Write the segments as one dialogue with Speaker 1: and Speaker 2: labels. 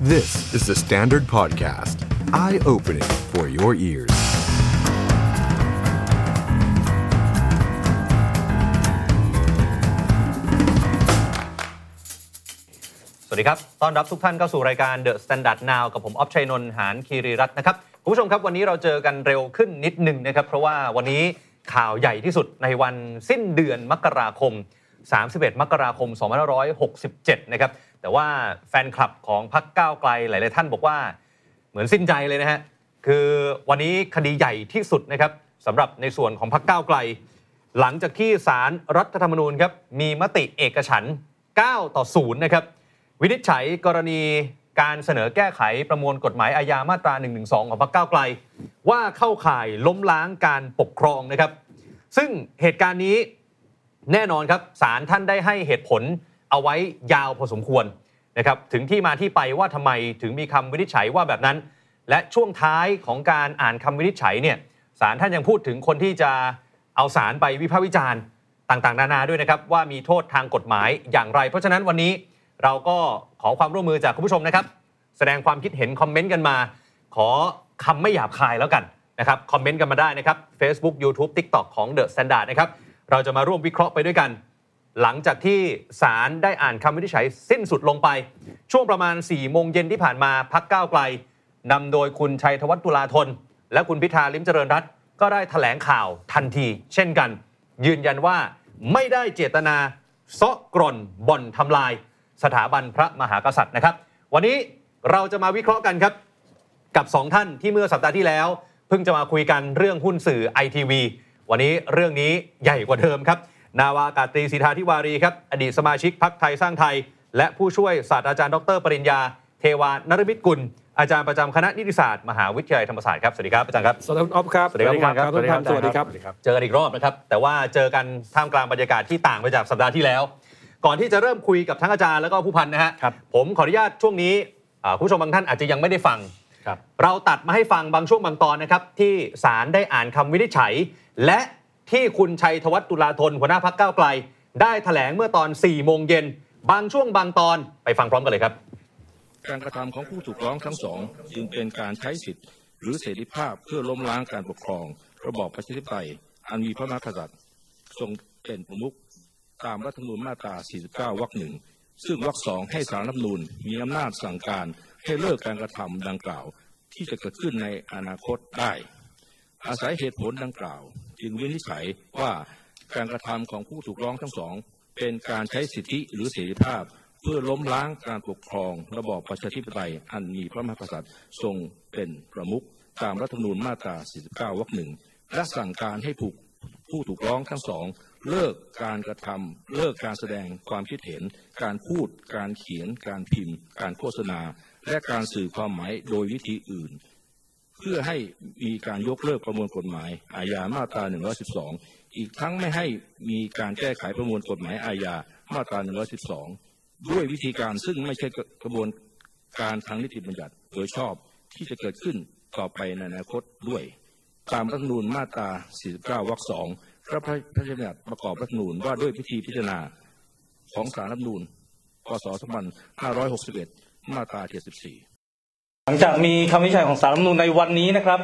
Speaker 1: This is the Standard Podcast. Eye opening for your ears.
Speaker 2: Now สวัสดีครับ ต้อนรับทุกท่านเข้าสู่รายการ The Standard Now กับผม ออฟชัยนนท์ หานคีรีรัตน์นะครับ คุณผู้ชมครับ วันนี้เราเจอกันเร็วขึ้นนิดหนึงนะครับ เพราะว่าวันนี้ข่าวใหญ่ที่สุดในวันสิ้นเดือนมกราคม 31 มกราคม 2567 นะครับ แต่ว่าแฟนคลับของพรรคก้าวไกลหลาย ๆ ท่านบอกว่า เหมือนสิ้นใจเลยนะฮะ คือวันนี้คดีใหญ่ที่สุดนะครับสำหรับในส่วนของพรรคก้าวไกล หลังจากที่สารรัฐธรรมนูญครับมีมติเอกฉันท์9 ต่อ 0 นะครับ วินิจฉัยกรณีการเสนอแก้ไขประมวลกฎหมายอาญามาตรา 112 ของพรรคก้าวไกล ว่าเข้าข่ายล้มล้างการปกครองนะครับ ซึ่งเหตุการณ์นี้ แน่นอนครับศาลท่านได้ให้เหตุผลเอาไว้ยาวพอสมควรนะครับถึงที่มาที่ไปว่าทำไมถึงมีคำวินิจฉัยว่าแบบนั้น และช่วงท้ายของการอ่านคำวินิจฉัยเนี่ยศาลท่านยังพูดถึงคนที่จะเอาศาลไปวิพากษ์วิจารณ์ต่างๆ นานาด้วยนะครับ ว่ามีโทษทางกฎหมายอย่างไร เพราะฉะนั้นวันนี้เราก็ขอความร่วมมือจากคุณผู้ชมนะครับ แสดงความคิดเห็นคอมเมนต์กันมา ขอคำไม่หยาบคายแล้วกันนะครับคอมเมนต์กันมาได้นะครับ Facebook YouTube TikTok ของ The Standard นะครับ เราจะมาร่วมวิเคราะห์ไปด้วยกัน หลังจากที่ศาลได้อ่านคำวินิจฉัยสิ้นสุดลงไป ช่วงประมาณ4ี่โมงเย็นที่ผ่านมาพักก้าวไกลนำโดยคุณชัยธวัฒน์ตุลาธน และคุณพิธาลิมเจริญรัตน์ก็ได้ถแถลงข่าวทันที เช่นกัน ยืนยันว่าไม่ได้เจตนาเซาะกร่อนบ่อนทำลาย สถาบันพระมหากษัตริย์นะครับ วันนี้เราจะมาวิเคราะห์กันครับ กับสองท่านที่เมื่อสัปดาห์ที่แล้ว เพิ่งจะมาคุยกันเรื่องหุ้นสื่อไอทีวีวันนี้เรื่องนี้ใหญ่กว่าเดิมครับ นาวากาตรีสิทธาธิวารีครับ อดีตสมาชิกพักไทยสร้างไทย และผู้ช่วยศาสตราจารย์ดร ปริญญา เทวานรมิตกุล อาจารย์ประจำคณะนิติศาสตร์มหาวิทยาลัยธรรมศาสตร์ครับสวัสดีครับอาจารย์ครับ
Speaker 3: สวัสดีคุณอ๊อฟครับ
Speaker 2: สวัสดีครับ
Speaker 3: ทุกท่านสวัสดีครับ
Speaker 2: เจอกันอีกรอบนะครับ แต่ว่าเจอกันท่ามกลางบรรยากาศที่ต่างไปจากสัปดาห์ที่แล้ว ก่อนที่จะเริ่มคุยกับทั้งอาจารย์แล้วก็ผู้พันนะฮะ
Speaker 3: ครับ
Speaker 2: ผมขออนุญาตช่วงนี้อ่าคุณผู้ชมบางท่านอาจจะยังไม่ได้ฟัง
Speaker 3: ครับ
Speaker 2: เราตัดมาให้ฟังบางช่วงบางตอนนะครับ ที่ศาลได้อ่านคำวินิจฉัย และที่คุณชัยธวัฒน์ตุลาธนหัวหน้าพักเก้าวไกล ได้แถลงเมื่อตอน4โมงเย็นบางช่วงบางตอนไปฟังพร้อมกันเลยครับ
Speaker 4: การกระทำของผู้ถูกร้องทั้งสองจึงเป็นการใช้สิทธิ์หรือเสรีภาพเพื่อล้มล้างการปกครอง ระบอบประชาธิปไตยอันมีพระมหากษัตริย์ทรงเป็นประมุขตามรัฐธรรมนูญมาตรา 49 วรรคหนึ่งซึ่งวรรคสองให้สารรัฐธรรมนูญมีอำนาจสั่งการให้เลิกการกระทำดังกล่าว ที่จะเกิดขึ้นในอนาคตได้ อาศัยเหตุผลดังกล่าว จึงวินิจฉัยว่าการกระทำของผู้ถูกร้องทั้งสอง เป็นการใช้สิทธิหรือเสรีภาพ เพื่อล้มล้างการปกครอง ระบอบประชาธิปไตยอันมีพระมหากษัตริย์ทรงเป็นประมุขตามรัฐธรรมนูญมาตรา 49 วรรคหนึ่งและสั่งการให้ผูกผู้ถูกร้องทั้งสอง เลิกการกระทำเลิกการแสดงความคิดเห็น การพูด การเขียน การพิมพ์ การโฆษณา และการสื่อความหมายโดยวิธีอื่น เพื่อให้มีการยกเลิกประมวลกฎหมาย อาญามาตรา 112 อีกทั้งไม่ให้มีการแก้ไขประมวลกฎหมายอาญามาตรา 112 ด้วยวิธีการซึ่งไม่ใช่กระบวนการทางนิติบัญญัติโดยชอบที่จะเกิดขึ้นต่อไปในอนาคตด้วย ตามรัฐธรรมนูญมาตรา 49 วรรค 2 พระพระราชบัญญัติประกอบรัฐธรรมนูญว่าด้วยพิธีพิจารณา ของสารรัฐธรรมนูญพศ2561 มาตรา 74
Speaker 5: หลังจากมีคำวินิจฉัยของสารรัฐธรรมนูญในวันนี้นะครับ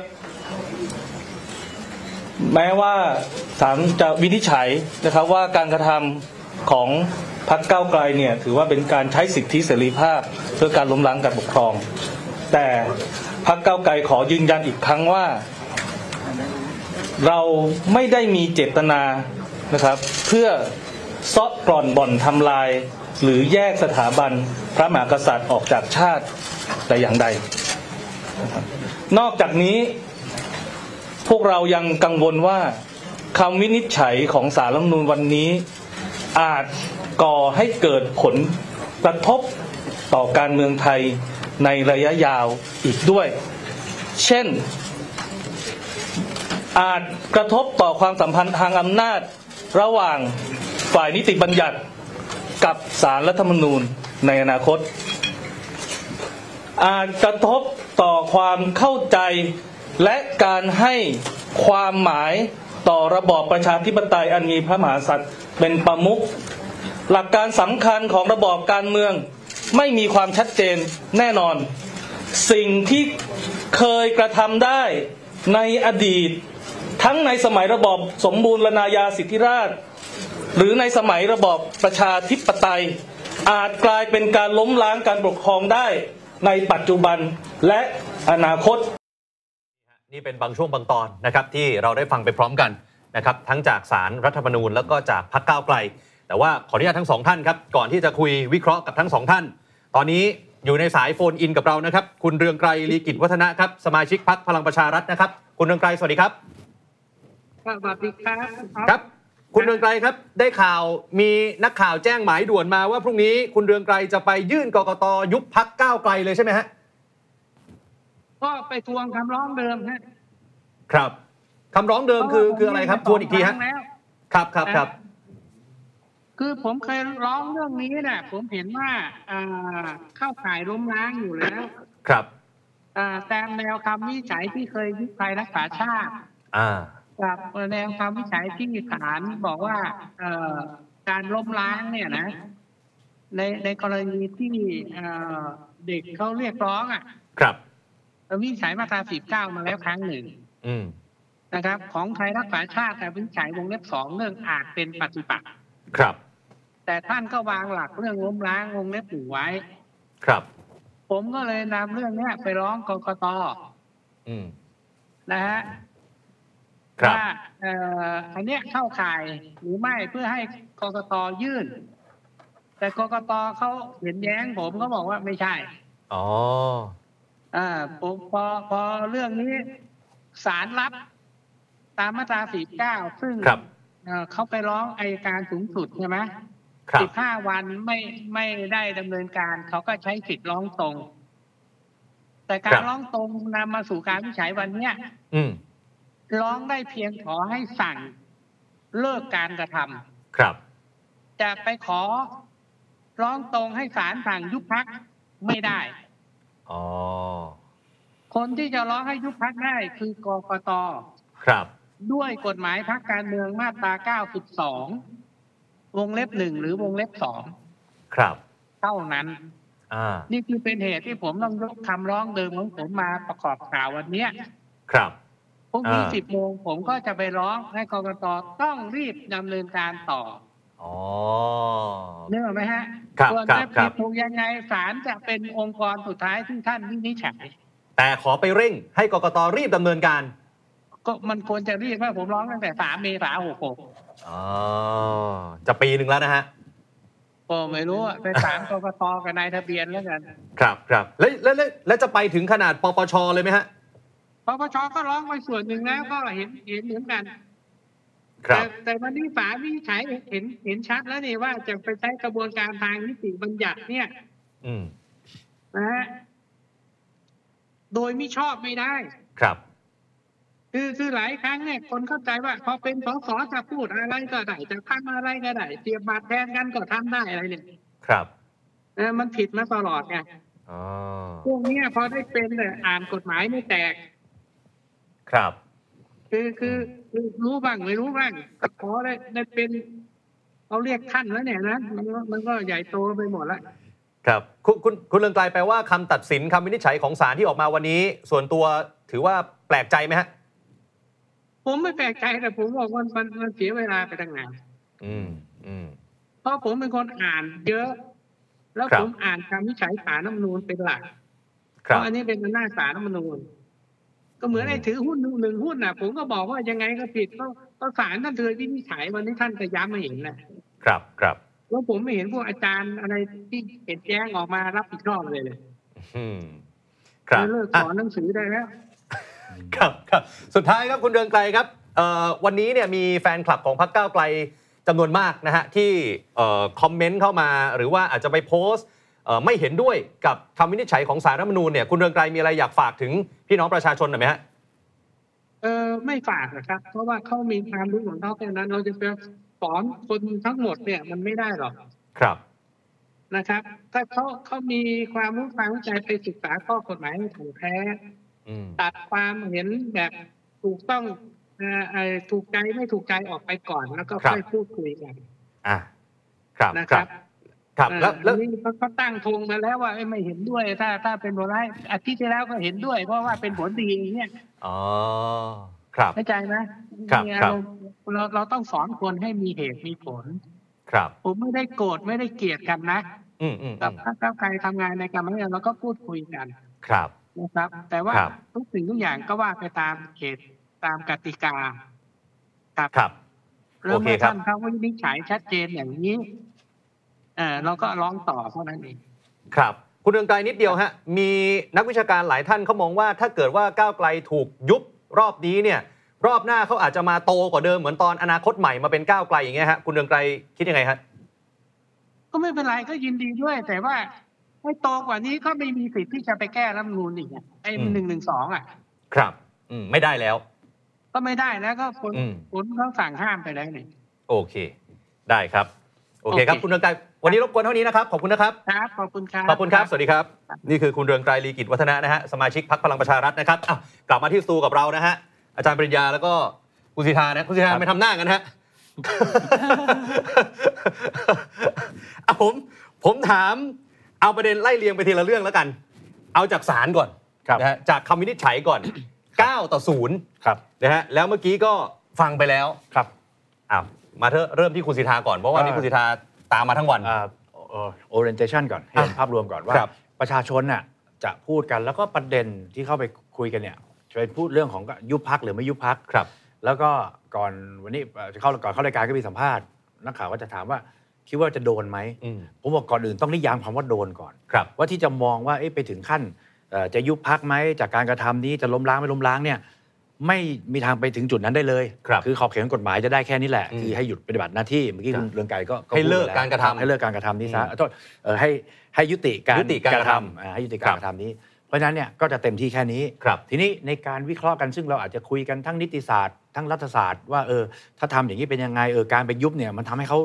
Speaker 5: แม้ว่าศาลจะวินิจฉัยนะครับว่าการกระทำของพรรคก้าวไกลเนี่ยถือว่าเป็นการใช้สิทธิเสรีภาพ เพื่อการล้มล้างการปกครอง แต่พรรคก้าวไกลขอยืนยันอีกครั้งว่า เราไม่ได้มีเจตนานะครับ เพื่อเซาะกร่อนบ่อนทำลาย หรือแยกสถาบันพระมหากษัตริย์ออกจากชาติแต่อย่างใดนะครับนอกจากนี้ พวกเรายังกังวลว่าคำวินิจฉัยของสารรัฐธรรมนูญวันนี้ อาจก่อให้เกิดผลกระทบต่อการเมืองไทยในระยะยาวอีกด้วย เช่น อาจกระทบต่อความสัมพันธ์ทางอำนาจ ระหว่างฝ่ายนิติบัญญัติกับสารรัฐธรรมนูญในอนาคต อาจกระทบต่อความเข้าใจและการให้ความหมายต่อระบอบประชาธิปไตยอันมีพระมหากษัตริย์เป็นประมุขหลักการสำคัญของระบอบการเมือง ไม่มีความชัดเจนแน่นอน สิ่งที่เคยกระทำได้ในอดีต ทั้งในสมัยระบอบสมบูรณาญาสิทธิราช หรือในสมัยระบอบประชาธิปไตย อาจกลายเป็นการล้มล้างการปกครองได้ในปัจจุบันและอนาคต
Speaker 2: นี่เป็นบางช่วงบางตอนนะครับที่เราได้ฟังไปพร้อมกันนะครับทั้งจากสารรัฐธรรมนูญแล้วก็จากพักก้าวไกล แต่ว่าขออนุญาตทั้งสองท่านครับก่อนที่จะคุยวิเคราะห์กับทั้งสองท่าน ตอนนี้อยู่ในสายโฟนอินกับเรานะครับคุณเรืองไกรลีกิจวัฒนะครับสมาชิกพักพลังประชารัฐนะครับคุณเรืองไกรสวัสดีครับ
Speaker 3: สวัสดีครับ
Speaker 2: ครับ คุณเรืองไกรครับได้ข่าวมีนักข่าวแจ้งหมายด่วนมาว่าพรุ่งนี้คุณเรืองไกรจะไปยื่นกกตยุบพักก้าวไกลเลยใช่ไหมฮะ
Speaker 3: ก็ไปทวงคำร้องเดิมฮะ
Speaker 2: ครับคำร้องเดิมคือคืออะไรครับทวนอีกทีฮะ
Speaker 3: เพาว่าผมยื่นมาสงงแล้ว
Speaker 2: ครับครับครับ
Speaker 3: คือผมเคยร้องเรื่องนี้นะผมเห็นว่าอ่าเข้าข่ายล้มล้างอยู่แล้ว
Speaker 2: ครับ
Speaker 3: อ่าแต่แนวคำวินิจฉัยที่เคยยุบไทยรักษาชาติ
Speaker 2: อ่า
Speaker 3: กับแนวคำวินิจฉัยที่ศาลบอกว่าเอ่อการล้มล้างเนี่ยนะ ในในกรณีที่เอ่อเด็กเขาเรียกร้องอ่ะ
Speaker 2: ครับ
Speaker 3: วินิจฉัยมาตราสิบเก้ามาแล้วครั้งหนึ่ง
Speaker 2: อืม
Speaker 3: นะครับของไทยรักษาชาติแต่วินิจฉัยวงเล็บสองเรื่องอาจเป็นปฏิปักษ์
Speaker 2: ครับ
Speaker 3: แต่ท่านก็วางหลักเรื่องล้มล้างวงเล็บหนึ่งไว้
Speaker 2: ครับ
Speaker 3: ผมก็เลยนำเรื่องเนี้ยไปร้องกกต
Speaker 2: อืม
Speaker 3: นะฮะ
Speaker 2: ครับ
Speaker 3: ว่าเอ่ออันเนี้ยเข้าข่ายหรือไม่เพื่อให้กกตยื่น แต่กกตเขาเห็นแย้งผมก็บอกว่าไม่ใช่
Speaker 2: อ๋อ
Speaker 3: อ่าผมพอพอเรื่องนี้สารรับตามมาตราสี่เก้าซึ่ง
Speaker 2: ครับ
Speaker 3: เอ่อเขาไปร้องอายการสูงสุดใช่ไหม
Speaker 2: ครับ
Speaker 3: สิบห้าวันไม่ไม่ได้ดำเนินการเขาก็ใช้สิทธิ์ร้องตรง แต่กา
Speaker 2: ครั
Speaker 3: ร
Speaker 2: บ
Speaker 3: ร้องตรงนำมาสู่การวินิจฉัยวันเนี้ย
Speaker 2: อืม
Speaker 3: ร้องได้เพียงขอให้สั่งเลิกการกระทำ
Speaker 2: ครับ
Speaker 3: จะไปขอร้องตรงให้ศาลสั่งยุบพักไม่ได้
Speaker 2: อ๋อ
Speaker 3: คนที่จะร้องให้ยุบพักได้คือกกต
Speaker 2: ครับ
Speaker 3: ด้วยกฎหมายพักการเมืองมาตรา92วงเล็บหนึ่งหรือวงเล็บสอง
Speaker 2: ครับ
Speaker 3: เท่านั้น
Speaker 2: อ่า
Speaker 3: นี่คือเป็นเหตุที่ผมต้องยกคำร้องเดิมของผมมาประกอบข่าววันเนี้ย
Speaker 2: ครับ
Speaker 3: พรุ่งนี้
Speaker 2: อ่า
Speaker 3: สิบโมงผมก็จะไปร้องให้กรกตต้องรีบดำเนินการต่อ
Speaker 2: อ๋อ
Speaker 3: เนื่องไหมฮะ
Speaker 2: ครับ
Speaker 3: ส่วน
Speaker 2: ครับ
Speaker 3: จะ
Speaker 2: ครั
Speaker 3: ผิ
Speaker 2: บ
Speaker 3: ดถูกยังไงศาลจะเป็นองค์กรสุดท้ายที่ท่านวินิจฉัย
Speaker 2: แต่ขอไปเร่งให้กกตรีบดำเนินการ
Speaker 3: ก็มันควรจะรีบว่าผมร้องตั้งแต่สามเมษาหกหก
Speaker 2: อ๋อ จะปีหนึ่งแล้วนะฮะ
Speaker 3: ก็ไม่รู้อะไปถามกรกตกับนายทะเบียนแล้วกัน
Speaker 2: ครับ ครับ แล้วแล้วแล้วแล้วจะไปถึงขนาดปปชเลยไหมฮะ
Speaker 3: ปปชก็ร้องไปส่วนหนึ่งแล้วก็เห็นเห็นเหมือนกัน
Speaker 2: ครั
Speaker 3: แต่
Speaker 2: บ
Speaker 3: แต่วันนี้ศาลวินิจฉัยเห็นเห็นชัดแล้วนี่ว่าจะไปใช้กระบวนการทางนิติบัญญัติเนี่ย
Speaker 2: อืม
Speaker 3: นะฮะโดยไม่ชอบไม่ได้
Speaker 2: ครับ
Speaker 3: คือคือหลายครั้งเนี่ยคนเข้าใจว่าพอเป็นสสจะพูดอะไรก็ได้จะทำอะไรก็ได้เสียบบัตรแทนกันก็ทำได้อะไรเนี่ย
Speaker 2: ครับ
Speaker 3: เออมันผิดมาตลอดไง
Speaker 2: อ๋อ
Speaker 3: พวกเนี้ยพอได้เป็นเนี่ยอ่านกฎหมายไม่แตก
Speaker 2: ครับ
Speaker 3: คือคือคือรู้บ้างไม่รู้บ้างพอได้ได้เป็นเขาเรียกขั้นแล้วเนี่ยนะมันก็มันก็ใหญ่โตไปหมดแล้ว
Speaker 2: ครับคุณคุณคุณเรืองไกลแปลว่าคำตัดสินคำวินิจฉัยของศาลที่ออกมาวันนี้ ส่วนตัวถือว่าแปลกใจไหมฮะ
Speaker 3: ผมไม่แปลกใจแต่ผมบอกว่ามันมันเสียเวลาไปตั้งนาน
Speaker 2: อืมอืม
Speaker 3: เพราะผมเป็นคนอ่านเยอะ แล้ว
Speaker 2: ครับ
Speaker 3: ผมอ่านคำวิจัยสารน้ำนูนเป็นหลัก
Speaker 2: ค
Speaker 3: เพ
Speaker 2: รับ
Speaker 3: ราะอันนี้เป็นอำนาจสารน้ำนูนก็เหมือนไอ้ถือหุ้นหนึ่งหุ้นน่ะ ผมก็บอกว่ายังไงก็ผิดก็ก็ศาลท่านเคยวินิจฉัยวันนี้ท่านก็ย้ำมาเห็นแหละ
Speaker 2: ครับครับ
Speaker 3: แล้วผมไม่เห็นพวกอาจารย์อะไรที่เห็นแย้งออกมารับผิดชอบเลยเลย
Speaker 2: อืมครับ
Speaker 3: เลิกสอนหนังสือได้แล้ว
Speaker 2: อ่ะครับครับสุดท้ายครับคุณเรืองไกลครับเอ่อวันนี้เนี่ยมีแฟนคลับของพรรคก้าวไกลจำนวนมากนะฮะที่เอ่อคอมเมนต์เข้ามา หรือว่าอาจจะไปโพสต์เอ่อไม่เห็นด้วยกับคำวินิจฉัยของสารรัฐธรรมนูญเนี่ยคุณเรืองไกลมีอะไรอยากฝากถึงพี่น้องประชาชนหน่อยไหมฮะ
Speaker 3: เออไม่ฝากนะครับ เพราะว่าเขามีความรู้ของเขาแค่นั้น เราจะไปสอนคนทั้งหมดเนี่ยมันไม่ได้หรอก
Speaker 2: ครับ
Speaker 3: นะครับ ถ้าเขาเขามีความรู้ความเข้าใจไปศึกษาข้อกฎหมายให้ถ่องแท้
Speaker 2: อืม
Speaker 3: ตัดความเห็นแบบถูกต้องเอ่อเอ่อถูกใจไม่ถูกใจออกไปก่อนแล้วก็ค่อยพูดคุยกัน
Speaker 2: อ่ะครับ
Speaker 3: นะ
Speaker 2: ค
Speaker 3: ค
Speaker 2: รั
Speaker 3: รับ บ
Speaker 2: ครับแล้วแล้ว
Speaker 3: เอออันนี้เขาเขาตั้งธงมาแล้วว่าเอ้ยไม่เห็นด้วยถ้าถ้าเป็นผลร้ายอาทิตย์ที่แล้วก็เห็นด้วย เพราะว่าเป็นผลดีอย่างเนี่ย
Speaker 2: อ๋อ ครับ
Speaker 3: เข้าใจไหม
Speaker 2: ครับ
Speaker 3: มี
Speaker 2: ครั
Speaker 3: อา
Speaker 2: บ
Speaker 3: มณ์เราเราต้องสอนคนให้มีเหตุมีผล
Speaker 2: ครับ
Speaker 3: ผมไม่ได้โกรธไม่ได้เกลียดกันนะ
Speaker 2: อืมอืมอื
Speaker 3: กับ
Speaker 2: ม
Speaker 3: พรรคก้าวไกลทำงานในการเมืองเราก็พูดคุยกัน
Speaker 2: ครับ
Speaker 3: นะครับ แต่ว่า
Speaker 2: ครับ
Speaker 3: ทุกสิ่งทุกอย่างก็ว่าไปตามเหตุตามกติกาครับ
Speaker 2: ครับ
Speaker 3: แล้ว
Speaker 2: โอเค
Speaker 3: เมื่อ
Speaker 2: ครับ
Speaker 3: ท่านเขาวินิจฉัยชัดเจนอย่างนี้ เออเราก็ร้องต่อเท่านั้นเอง
Speaker 2: ครับ คุณเรืองไกลนิดเดียวฮะ มีนักวิชาการหลายท่านเขามองว่า ถ้าเกิดว่าก้าวไกลถูกยุบรอบนี้เนี่ย รอบหน้าเขาอาจจะมาโตกว่าเดิมเหมือนตอนอนาคตใหม่มาเป็นก้าวไกลอย่างเงี้ยฮะ คุณเรืองไกลคิดยังไงฮะ
Speaker 3: ก็ไม่เป็นไรก็ยินดีด้วย แต่ว่าให้โตกว่านี้ก็ไม่มีสิทธิ์ที่จะไปแก้รัฐธรรมนูลอีกอะไอ้
Speaker 2: อืม
Speaker 3: หนึ่งหนึ่งสองอ่ะ
Speaker 2: ครับ อืม ไม่ได้แล้ว
Speaker 3: ก็ไม่ได้แล้วก็คน
Speaker 2: อืม
Speaker 3: คนเขาสั่งห้ามไปแล้วนี่
Speaker 2: โอเค ได้ครับ โอเคครับคุ
Speaker 3: โอเค
Speaker 2: ณเรืองไกลวันนี้รบกวนเท่านี้นะครับ ขอบคุณนะครับ
Speaker 3: ครับขอบคุณครับ
Speaker 2: ขอบคุณครับ สวัสดีครับ นี่คือคุณเรืองไกรลีกิจวัฒนะนะฮะ สมาชิกพรรคพลังประชารัฐนะครับอ้าวกลับมาที่สตูกับเรานะฮะ อาจารย์ปริญญาแล้วก็คุณสิทธานะ คุณสิทธาไม่ทำหน้ากันฮะ อ่ะผม ผมถาม เอาประเด็นไล่เรียงไปทีละเรื่องแล้วกัน เอาจากศาลก่อน
Speaker 6: ครับ
Speaker 2: นะฮะ จากคำวินิจฉัยก่อน 9 ต่อ0
Speaker 6: ครับ
Speaker 2: นะฮะ แล้วเมื่อกี้ก็ฟังไปแล้ว
Speaker 6: ครับ
Speaker 2: อ้าวมาเถอะเริ่มที่คุณสิทธาก่อน เพราะว่านี่คุณสิทธาตามมาทั้งวัน
Speaker 6: อ่า orientation ก่อนให้เห็น
Speaker 2: อ่ะ
Speaker 6: ภาพรวมก่อนว่า
Speaker 2: ครับ
Speaker 6: ประชาชนน่ะจะพูดกันแล้วก็ประเด็นที่เข้าไปคุยกันเนี่ยจะเป็นพูดเรื่องของยุบพักหรือไม่ยุบพัก
Speaker 2: ครับ
Speaker 6: แล้วก็ก่อนวันนี้เอ่อจะเข้าก่อนเข้ารายการก็มีสัมภาษณ์นักข่าวก็จะถามว่าคิดว่าจะโดนไหม
Speaker 2: อืม
Speaker 6: ผมบอกก่อนอื่นต้องนิยามคำว่าโดนก่อน
Speaker 2: ครับ
Speaker 6: ว่าที่จะมองว่าเอ๊ะไปถึงขั้นเอ่อจะยุบพักไหมจากการกระทำนี้จะล้มล้างไม่ล้มล้างเนี่ยไม่มีทางไปถึงจุดนั้นได้เลย
Speaker 2: ครับ
Speaker 6: อขอบเขตของกฎหมายจะได้แค่นี้แหละ
Speaker 2: อืม
Speaker 6: คือให้หยุดปฏิบัติหน้าที่เมื่อกี้
Speaker 2: ครับ
Speaker 6: คุณเรืองไกรก็
Speaker 2: ให้เลิก
Speaker 6: พูดไปแว
Speaker 2: การกระทำ
Speaker 6: ให้เลิกการกระทำนี้ซะ
Speaker 2: อืม
Speaker 6: เอ่อโทษเอ่อให้ให้ยุติการ
Speaker 2: ยุติการกระทำ
Speaker 6: อ่าให้ยุติ
Speaker 2: ค
Speaker 6: กา
Speaker 2: รั
Speaker 6: ร
Speaker 2: บ
Speaker 6: กระทำนี้ เพราะฉะนั้นเนี่ยก็จะเต็มที่แค่นี้
Speaker 2: ครับ
Speaker 6: ทีนี้ในการวิเคราะห์กันซึ่งเราอาจจะคุยกันทั้งนิติศาสตร์ทั้งรัฐศาสตร์ว่าเออถ้าทำอย่างนี้เป็นยังไงเออการไปยุบเนี่ยมันทำให้เขา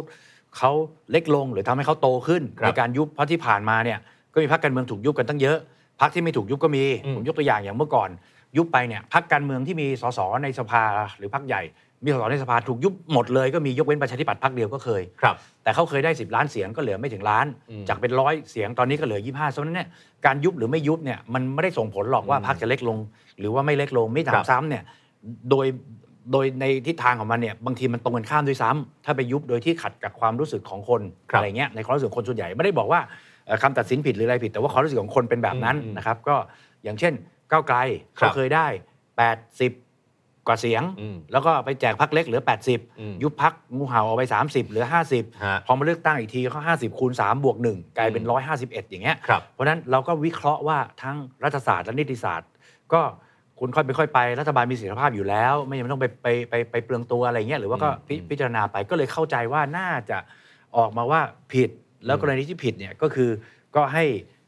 Speaker 6: เขาเล็กลงหรือทำให้เขาโตขึ้น
Speaker 2: ครับ
Speaker 6: ในการยุบเพราะที่ผ่านมาเนี่ยก็มีพรรคการเมืองถูกยุบกันตั้งเยอะพรรคที่ไม่ถูกยุบก็มี
Speaker 2: อืม
Speaker 6: ผมยกตัวอย่างอย่างเมื่อก่อน ยุบไปเนี่ยพรรคการเมืองที่มีสสในสภาหรือพรรคใหญ่ มีสสในสภาถูกยุบหมดเลยก็มียกเว้นประชาธิปัตย์พรรคเดียวก็เคย
Speaker 2: ครับ
Speaker 6: แต่เขาเคยได้ 10 ล้านเสียงก็เหลือไม่ถึงล้าน
Speaker 2: อืม
Speaker 6: จากเป็นร้อยเสียงตอนนี้ก็เหลือ 25เพราะฉะนั้นเนี่ยการยุบหรือไม่ยุบเนี่ยมันไม่ได้ส่งผลหรอกว่า
Speaker 2: อืม
Speaker 6: พรรคจะเล็กลง หรือว่าไม่เล็กลงไม่
Speaker 2: ครั
Speaker 6: ถาม
Speaker 2: บ
Speaker 6: ซ้ำเนี่ยโดยโดยในทิศทางของมันเนี่ยบางทีมันตรงกันข้ามด้วยซ้ำถ้าไปยุบโดยที่ขัดกับความรู้สึกของคน
Speaker 2: ครับ
Speaker 6: อะไรเงี้ยในความรู้สึกของคนส่วนใหญ่ไม่ได้บอกว่าเอ่อคำตัดสินผิดหรืออะไรผิด แต่ว่าความรู้สึกของคนเป็นแบบนั้น
Speaker 2: อืม
Speaker 6: นะครับ ก็อย่างเช่นก้าวไกลเขาเคยได้ 80 กว่าเสียง
Speaker 2: อืม
Speaker 6: แล้วก็ไปแจกพักเล็กเหลือ
Speaker 2: อืม
Speaker 6: 80 ยุบพักงูเห่าเอาไป 30เหลือ 50
Speaker 2: ฮะ
Speaker 6: พอมาเลือกตั้งอีกทีเขา50 คูณ 3 บวก 1 กลายเป็น
Speaker 2: อืม
Speaker 6: 151 อย่างเงี้ย
Speaker 2: ครับ
Speaker 6: เพราะฉะนั้นเราก็วิเคราะห์ว่าทั้งรัฐศาสตร์และนิติศาสตร์ ก็คุณค่อยไปค่อยไป รัฐบาลมีเสถียรภาพอยู่แล้ว ไม่จำเป็นต้องไปไปไปไปเปลืองตัวอะไรเงี้ยหรือว่าก็พิ
Speaker 2: อืม
Speaker 6: พิจารณาไปก็เลยเข้าใจว่าน่าจะออกมาว่าผิดแล้ว
Speaker 2: อืม
Speaker 6: กรณีที่ผิดเนี่ยก็คือก็ให้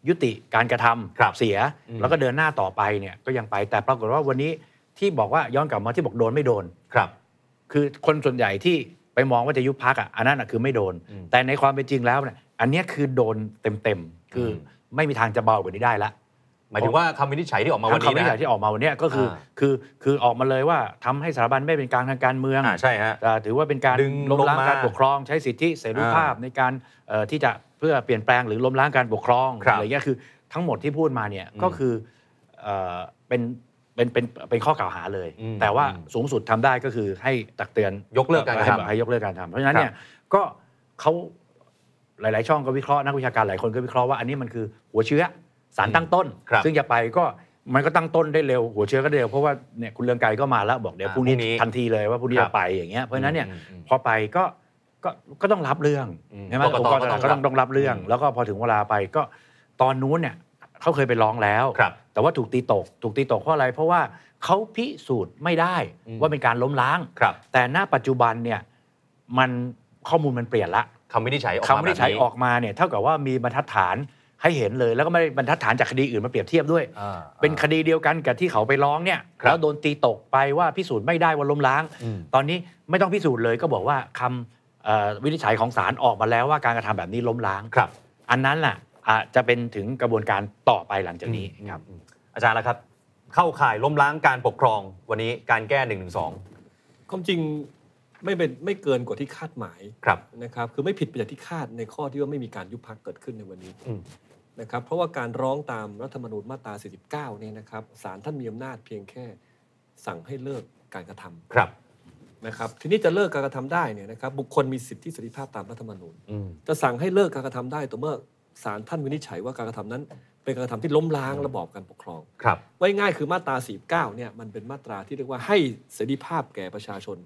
Speaker 6: ยุติการกระทำ
Speaker 2: ครับ
Speaker 6: เสีย
Speaker 2: อืม
Speaker 6: แล้วก็เดินหน้าต่อไปเนี่ยก็ยังไปแต่ปรากฏว่าวันนี้ที่บอกว่าย้อนกลับมาที่บอกโดนไม่โดน
Speaker 2: ครับ
Speaker 6: คือคนส่วนใหญ่ที่ไปมองว่าจะยุบพักอ่ะอันนั้นอ่ะคือไม่โดน
Speaker 2: อืม
Speaker 6: แต่ในความเป็นจริงแล้วเนี่ยอันเนี้ยคือโดนเต็มๆคืออ
Speaker 2: ม
Speaker 6: ไม่มีทางจะเบากว่านี้ได้ละ
Speaker 2: หมายถึงว่าคำวินิจฉัยที่ออกมาวัน
Speaker 6: ทั้ง
Speaker 2: นี้
Speaker 6: คำวินิจ
Speaker 2: นะ
Speaker 6: ฉัยที่ออกมาวันเนี้ยก็คืออา คือคือออกมาเลยว่าทำให้สถาบันไม่เป็นกลางทางการเมือง
Speaker 2: อ่าใช่ฮะ
Speaker 6: อ่าถือว่าเป็นการ
Speaker 2: ดึง
Speaker 6: ล้มล้า
Speaker 2: ล
Speaker 6: ง
Speaker 2: งมา
Speaker 6: การปกครอง ใช้สิทธิเสรีภาพในการเอ่อที่จะเพื่อเปลี่ยนแปลงหรือล้มล้างการปกครอง
Speaker 2: ครับ
Speaker 6: อะไรเงี้ยคือทั้งหมดที่พูดมาเนี่ย
Speaker 2: อืม
Speaker 6: ก็คือเอ่อเป็นเป็นเป็นเป็นข้อกล่าวหาเลย
Speaker 2: อืม
Speaker 6: แต่ว่า
Speaker 2: อืม
Speaker 6: สูงสุดทำได้ก็คือให้ตักเตือน
Speaker 2: ยกเลิกการกระ
Speaker 6: ให้
Speaker 2: ทำ
Speaker 6: ให้ยกเลิกการทำเพราะฉะนั้นเนี่ยก็เขาหลาย ๆ ช่องก็วิเคราะห์นักวิชาการหลายคนก็วิเคราะห์ว่าอันนี้มันคือหัวเชื้อสารตั้งต้น
Speaker 2: ครับ
Speaker 6: ซึ่งจะไปก็มันก็ตั้งต้นได้เร็วหัวเชื้อก็ได้เร็วเพราะว่าเนี่ยคุณเรืองไกรก็มาแล้วบอกเดี๋ยว
Speaker 2: อ่า
Speaker 6: พรุ่งนี้
Speaker 2: พรุ่งนี้
Speaker 6: ทันทีเลยว่าพรุ่งนี้
Speaker 2: ครับ
Speaker 6: จะไปอย่างเงี้ยเพราะฉะนั้นเนี่ย
Speaker 2: อืมอืม
Speaker 6: พอไปก็ก็ก็ต้องรับเรื่อง
Speaker 2: อืม
Speaker 6: ใช่ไหม
Speaker 2: กกต
Speaker 6: องค์กรต่างๆก็ต้อง
Speaker 2: ก็ต้องรับ
Speaker 6: ต้องรับเรื่อง
Speaker 2: อืม
Speaker 6: แล้วก็พอถึงเวลาไปก็ตอนนู้นเนี่ยเขาเคยไปร้องแล้ว
Speaker 2: ครับ
Speaker 6: แต่ว่าถูกตีตก ถูกตีตกเพราะอะไร เพราะว่าเขาพิสูจน์ไม่ได้
Speaker 2: อืม
Speaker 6: ว่าเป็นการล้มล้าง
Speaker 2: ครับ
Speaker 6: แต่ณปัจจุบันเนี่ยมันข้อมูลมันเปลี่ยนละ
Speaker 2: คำวินิจฉัยออกมา
Speaker 6: คำวินิจฉัย
Speaker 2: แบบนี้
Speaker 6: ออกมาเนี่ยเท่ากับว่ามีบรรทัดฐานให้เห็นเลย แล้วก็ไม่ได้บรรทัดฐานจากคดีอื่นมาเปรียบเทียบด้วย
Speaker 2: อ่า
Speaker 6: เป็นคดีเดียวกันกับที่เขาไปร้องเนี่ย
Speaker 2: ครับ
Speaker 6: แล้วโดนตีตกไปว่าพิสูจน์ไม่ได้ว่าล้มล้าง
Speaker 2: อืม
Speaker 6: ตอนนี้ไม่ต้องพิสูจน์เลยก็บอกว่าคำเอ่อวินิจฉัยของศาลออกมาแล้วว่าการกระทำแบบนี้ล้มล้าง
Speaker 2: ครับ
Speaker 6: อันนั้นแหละอาจจะเป็นถึงกระบวนการต่อไปหลังจากนี้
Speaker 2: อืม
Speaker 6: ครับ
Speaker 2: อืมอาจารย์ละครับ เข้าข่ายล้มล้างการปกครองวันนี้การแก้หนึ่งหนึ่งสอง
Speaker 7: ความจริง ไม่เป็นไม่เกินกว่าที่คาดหมาย
Speaker 2: ครับ
Speaker 7: นะครับ คือไม่ผิดไปจากที่คาดในข้อที่ว่าไม่มีการยุบพักเกิดขึ้นในวันนี้
Speaker 2: อืม
Speaker 7: นะครับ เพราะว่าการร้องตามรัฐธรรมนูญมาตรา 49 เนี่ยนะครับศาลท่านมีอำนาจเพียงแค่สั่งให้เลิกการกระทำ
Speaker 2: ครับ
Speaker 7: นะครับ ทีนี้จะเลิกการกระทำได้เนี่ยนะครับ บุคคลมีสิทธิเสรีภาพตามรัฐธรรมนูญ
Speaker 2: อืม
Speaker 7: จะสั่งให้เลิกการกระทำได้ต่อเมื่อศาลท่านวินิจฉัยว่าการกระทำนั้น เป็นการกระทำที่ล้มล้างระบอบการปกครอง
Speaker 2: ครับ
Speaker 7: ไว้ง่ายคือมาตรา 49 เนี่ยมันเป็นมาตราที่เรียกว่าให้เสรีภาพแก่ประชาชน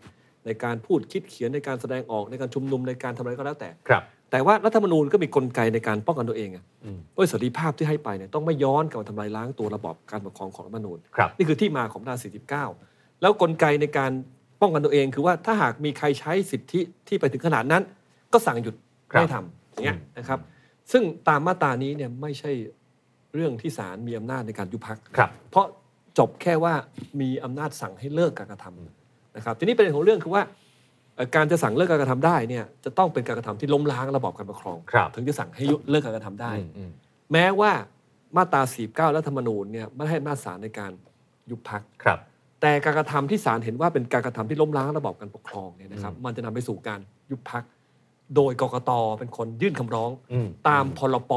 Speaker 7: ในการพูดคิดเขียนในการแสดงออกในการชุมนุมในการทำอะไรก็แล้วแต่
Speaker 2: ครับ
Speaker 7: แต่ว่ารัฐธรรมนูญก็มีกลไกในการป้องกันตัวเองอะ
Speaker 2: อืม
Speaker 7: ด้วยเสรีภาพที่ให้ไปเนี่ยต้องไม่ย้อนกลับมาทำลายล้างตัวระบอบการปกครองของรัฐธรรมนูญ
Speaker 2: ครับ
Speaker 7: นี่คือที่มาของมาตรา 49 แล้วกลไกในการป้องกันตัวเองคือว่าถ้าหากมีใครใช้สิทธิที่ไปถึงขนาดนั้น ก็สั่งหยุด
Speaker 2: ครับ
Speaker 7: ไม่ทำอย่างเงี้ยนะครับ ซึ่งตามมาตรานี้เนี่ยไม่ใช่เรื่องที่ศาลมีอำนาจในการยุบพัก
Speaker 2: ครับ
Speaker 7: เพราะจบแค่ว่ามีอำนาจสั่งให้เลิกการกระทำนะครับ ทีนี้ประเด็นของเรื่องคือว่าเอ่อการจะสั่งเลิกการกระทำได้เนี่ยจะต้องเป็นการกระทำที่ล้มล้างระบอบการปกครอง
Speaker 2: ครับ
Speaker 7: ถึงจะสั่งให้ยุเลิกการกระทำได้
Speaker 2: อืมอืม
Speaker 7: แม้ว่ามาตรา 49 รัฐธรรมนูญเนี่ยไม่ให้อำนาจศาลในการยุบพัก
Speaker 2: ครับ
Speaker 7: แต่การกระทำที่ศาลเห็นว่าเป็นการกระทำที่ล้มล้างระบอบการปกครองเนี่ยนะครับ มันจะนำไปสู่การยุบพัก โดยกกตเป็นคนยื่นคำร้อง
Speaker 2: อืม
Speaker 7: ตามพรป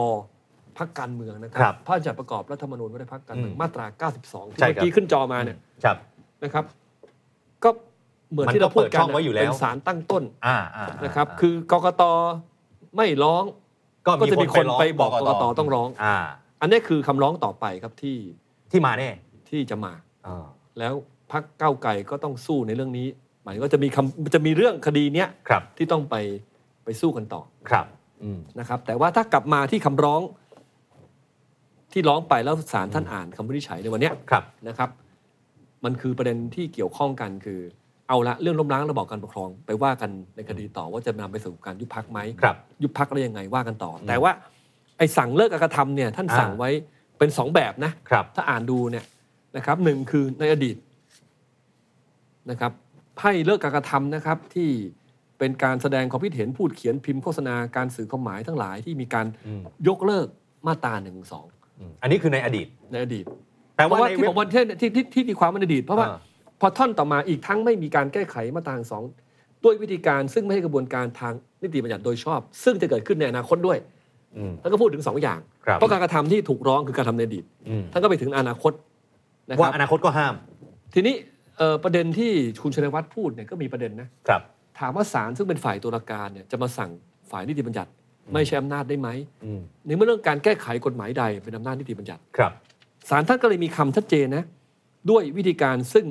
Speaker 7: พักการเมืองนะครั
Speaker 2: ครับ
Speaker 7: พระราชบัญญัติประกอบรัฐธรรมนูญว่าด้วยพักการเมือง
Speaker 2: อืม
Speaker 7: มาตรา 92 ที่
Speaker 2: ใช่ครับ
Speaker 7: เมื่อกี้ขึ้นจอมาเนี่ย
Speaker 2: ครับ
Speaker 7: นะครับ ก็เหมือน
Speaker 2: มันก็
Speaker 7: ที่เราพูด
Speaker 2: เปิด
Speaker 7: กั
Speaker 2: ช่
Speaker 7: น
Speaker 2: องไว้อยู่แล้ว
Speaker 7: เป็นศาลตั้งต้น
Speaker 2: อ่าอ่าอ่า
Speaker 7: นะครับ คือกกตไม่ร้อง
Speaker 2: ก็
Speaker 7: ก็จะมีคนไปบอก
Speaker 2: ร้
Speaker 7: กกตต้องร้อง
Speaker 2: อ่า
Speaker 7: อันนี้คือคำร้องต่อไปครับที่
Speaker 2: ที่มาแน่
Speaker 7: ที่จะมา
Speaker 2: อ่า
Speaker 7: แล้วพักเก้าวไกลก็ต้องสู้ในเรื่องนี้ หมายถึงว่าจะมีคำจะมีเรื่องคดีเนี้ย
Speaker 2: ครับ
Speaker 7: ที่ต้องไปไปสู้กันต่อ
Speaker 2: ครับ อืม
Speaker 7: นะครับ แต่ว่าถ้ากลับมาที่คำร้อง ที่ร้องไปแล้วศาลท่านอ่านคำวินิจฉัยในวันเนี้ย
Speaker 2: ครับ
Speaker 7: นะครับ มันคือประเด็นที่เกี่ยวข้องกันคือ เอาละเรื่องล้มล้างระบอบการปกครอง ไปว่ากันในคดีต่อว่าจะนำไปสู่การยุบพักไหม
Speaker 2: ครับ
Speaker 7: ยุบพักได้ยังไงว่ากันต่อ แต่ว่าไอ้สั่งเลิกการกระทำเนี่ย ท่านสั่งไว้เป็นสองแบบนะ
Speaker 2: ครับ
Speaker 7: ถ้าอ่านดูเนี่ยนะครับหนึ่งคือในอดีตนะครับไพ่เลิกการกระทำนะครับที่เป็นการแสดงความคิดเห็นพูดเขียนพิมพ์โฆษณาการสื่อความหมายทั้งหลายที่มีการ
Speaker 2: อืม
Speaker 7: ยกเลิกมาตราหนึ่งสอง
Speaker 2: อืมอันนี้คือในอดีต
Speaker 7: ในอดีต
Speaker 2: แปล
Speaker 7: เพ
Speaker 2: ว่า
Speaker 7: ราะว่า
Speaker 2: ใน
Speaker 7: ที่
Speaker 2: เว็
Speaker 7: ผ
Speaker 2: บ
Speaker 7: มว่าที่ที่ที่ที่มีความมันอดีต เพราะว่า
Speaker 2: อ่า
Speaker 7: พอท่อนต่อมาอีกทั้งไม่มีการแก้ไขมาตราสองด้วยวิธีการซึ่งไม่ให้กระบวนการทางนิติบัญญัติโดยชอบ ซึ่งจะเกิดขึ้นในอนาคตด้วย
Speaker 2: อืม
Speaker 7: แล้วก็พูดถึงสองอย่าง
Speaker 2: ครับ
Speaker 7: เพราะการกระทำที่ถูกร้องคือการทำในอดีต
Speaker 2: อืม
Speaker 7: ท่านก็ไปถึงอนาคตนะค
Speaker 2: ว่า
Speaker 7: รับ
Speaker 2: อนาคตก็ห้าม
Speaker 7: ทีนี้เอ่อประเด็นที่คุณชนวัฒน์พูดเนี่ยก็มีประเด็นนะครับ ถามว่าศาลซึ่งเป็นฝ่ายตุลาการเนี่ยจะมาสั่งฝ่ายนิติบัญญัติ ไม่ใช่อำนาจได้ไหม
Speaker 2: อืม
Speaker 7: ในเมื่อเรื่องการแก้ไขกฎหมายใดเป็นอำนาจนิติบัญญัติ
Speaker 2: ครับ
Speaker 7: ศาลท่านก็เลยมีคำชัดเจนนะด้วยวิธีการซึ่ง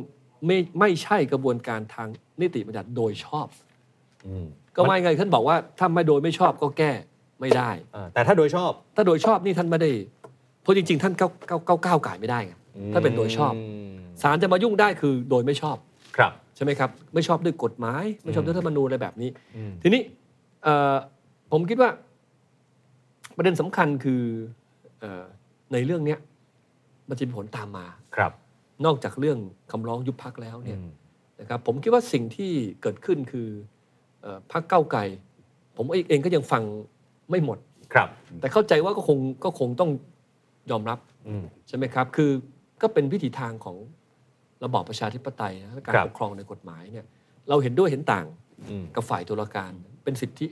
Speaker 7: ไม่ไม่ใช่กระบวนการทางนิติบัญญัติโดยชอบ
Speaker 2: อืม
Speaker 7: ก็ไม่าไงท่านบอกว่าถ้าไม่โดยไม่ชอบก็แก้ไม่ได้
Speaker 2: เออแต่ถ้าโดยชอบ
Speaker 7: ถ้าโดยชอบนี่ท่านไม่ได้เพราะจริง ๆ ท่านก้าวก้าวก้าวก้าวไก่ายไม่ได้ไงถ้าเป็นโดยชอบ
Speaker 2: ม
Speaker 7: ศาลจะมายุ่งได้คือโดยไม่ชอบ
Speaker 2: ครับ
Speaker 7: ใช่ไหมครับ ไม่ชอบด้วยกฎหมาย ไม่ชอบด้วยรัฐธรรมนูญอะไรแบบนี้
Speaker 2: อืม
Speaker 7: ทีนี้เอ่อผมคิดว่า ประเด็นสำคัญคือเออในเรื่องเนี้ยมันจะมีผลตามมา
Speaker 2: ครับ
Speaker 7: นอกจากเรื่องคำร้องยุบพักแล้วเนี่ย
Speaker 2: อืม
Speaker 7: นะครับผมคิดว่าสิ่งที่เกิดขึ้นคือเออพักเก้าวไกลผมเองก็ยังฟังไม่หมด
Speaker 2: ครับ
Speaker 7: แต่เข้าใจว่าก็คงก็คงต้องยอมรับ
Speaker 2: อืม
Speaker 7: ใช่ไหมครับ คือก็เป็นวิถีทางของระบอบประชาธิปไตยนะและการ
Speaker 2: ครับ
Speaker 7: ปกครองในกฎหมายเนี่ย เราเห็นด้วยเห็นต่าง
Speaker 2: อืม
Speaker 7: กับฝ่ายตุลาการ เป็นสิทธิ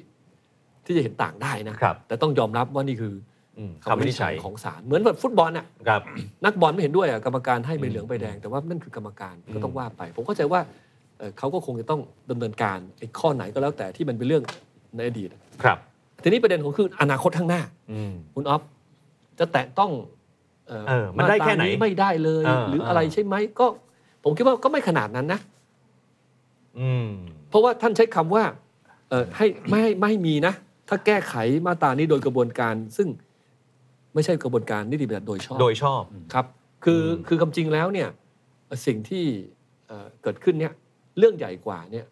Speaker 7: ที่จะเห็นต่างได้นะ
Speaker 2: ครับ
Speaker 7: แต่ต้องยอมรับว่านี่คือ
Speaker 2: อืม
Speaker 7: คำ
Speaker 2: คำ
Speaker 7: วิ
Speaker 2: วิ
Speaker 7: นิ
Speaker 2: นิ
Speaker 7: จ
Speaker 2: จ
Speaker 7: ฉั
Speaker 2: ฉั
Speaker 7: ย
Speaker 2: ย
Speaker 7: ของศาล เหมือนแบบฟุตบอลน่ะ
Speaker 2: ครับ
Speaker 7: นักบอลไม่เห็นด้วยอ่ะกรรมการให้ใบเหลืองใบแดง แต่ว่านั่นคือกรรมการก็ต้องว่าไป ผมเข้าใจว่าเอ่อเขาก็คงจะต้องดำเนินการไอ้ข้อไหนก็แล้วแต่ที่มันเป็นเรื่องในอดีต
Speaker 2: ครับ
Speaker 7: ทีนี้ประเด็นของคืออนาคตข้างหน้า
Speaker 2: อืม
Speaker 7: คุณออฟจะแตะต้องอ่อ
Speaker 2: เออมันได้แค่ไหนา
Speaker 7: ตราไม่ได้เลย
Speaker 2: เออ
Speaker 7: หรือ
Speaker 2: เอออ
Speaker 7: อะไรใช่ไหมก็ ผมคิดว่าก็ไม่ขนาดนั้นนะ
Speaker 2: อืม
Speaker 7: เพราะว่าท่านใช้คำว่าเอ่อให้ไม่ให้ไม่ให้มีนะ ถ้าแก้ไขมาตรานี้โดยกระบวนการ ซึ่งไม่ใช่กระบวนการนิติบัญญัติโดยชอบ
Speaker 2: โดยชอบ
Speaker 7: ครับ คือ
Speaker 2: อืม
Speaker 7: คือคำจริงแล้วเนี่ยเอ่อสิ่งที่เอ่อเกิดขึ้นเนี่ยเรื่องใหญ่กว่าเนี่ย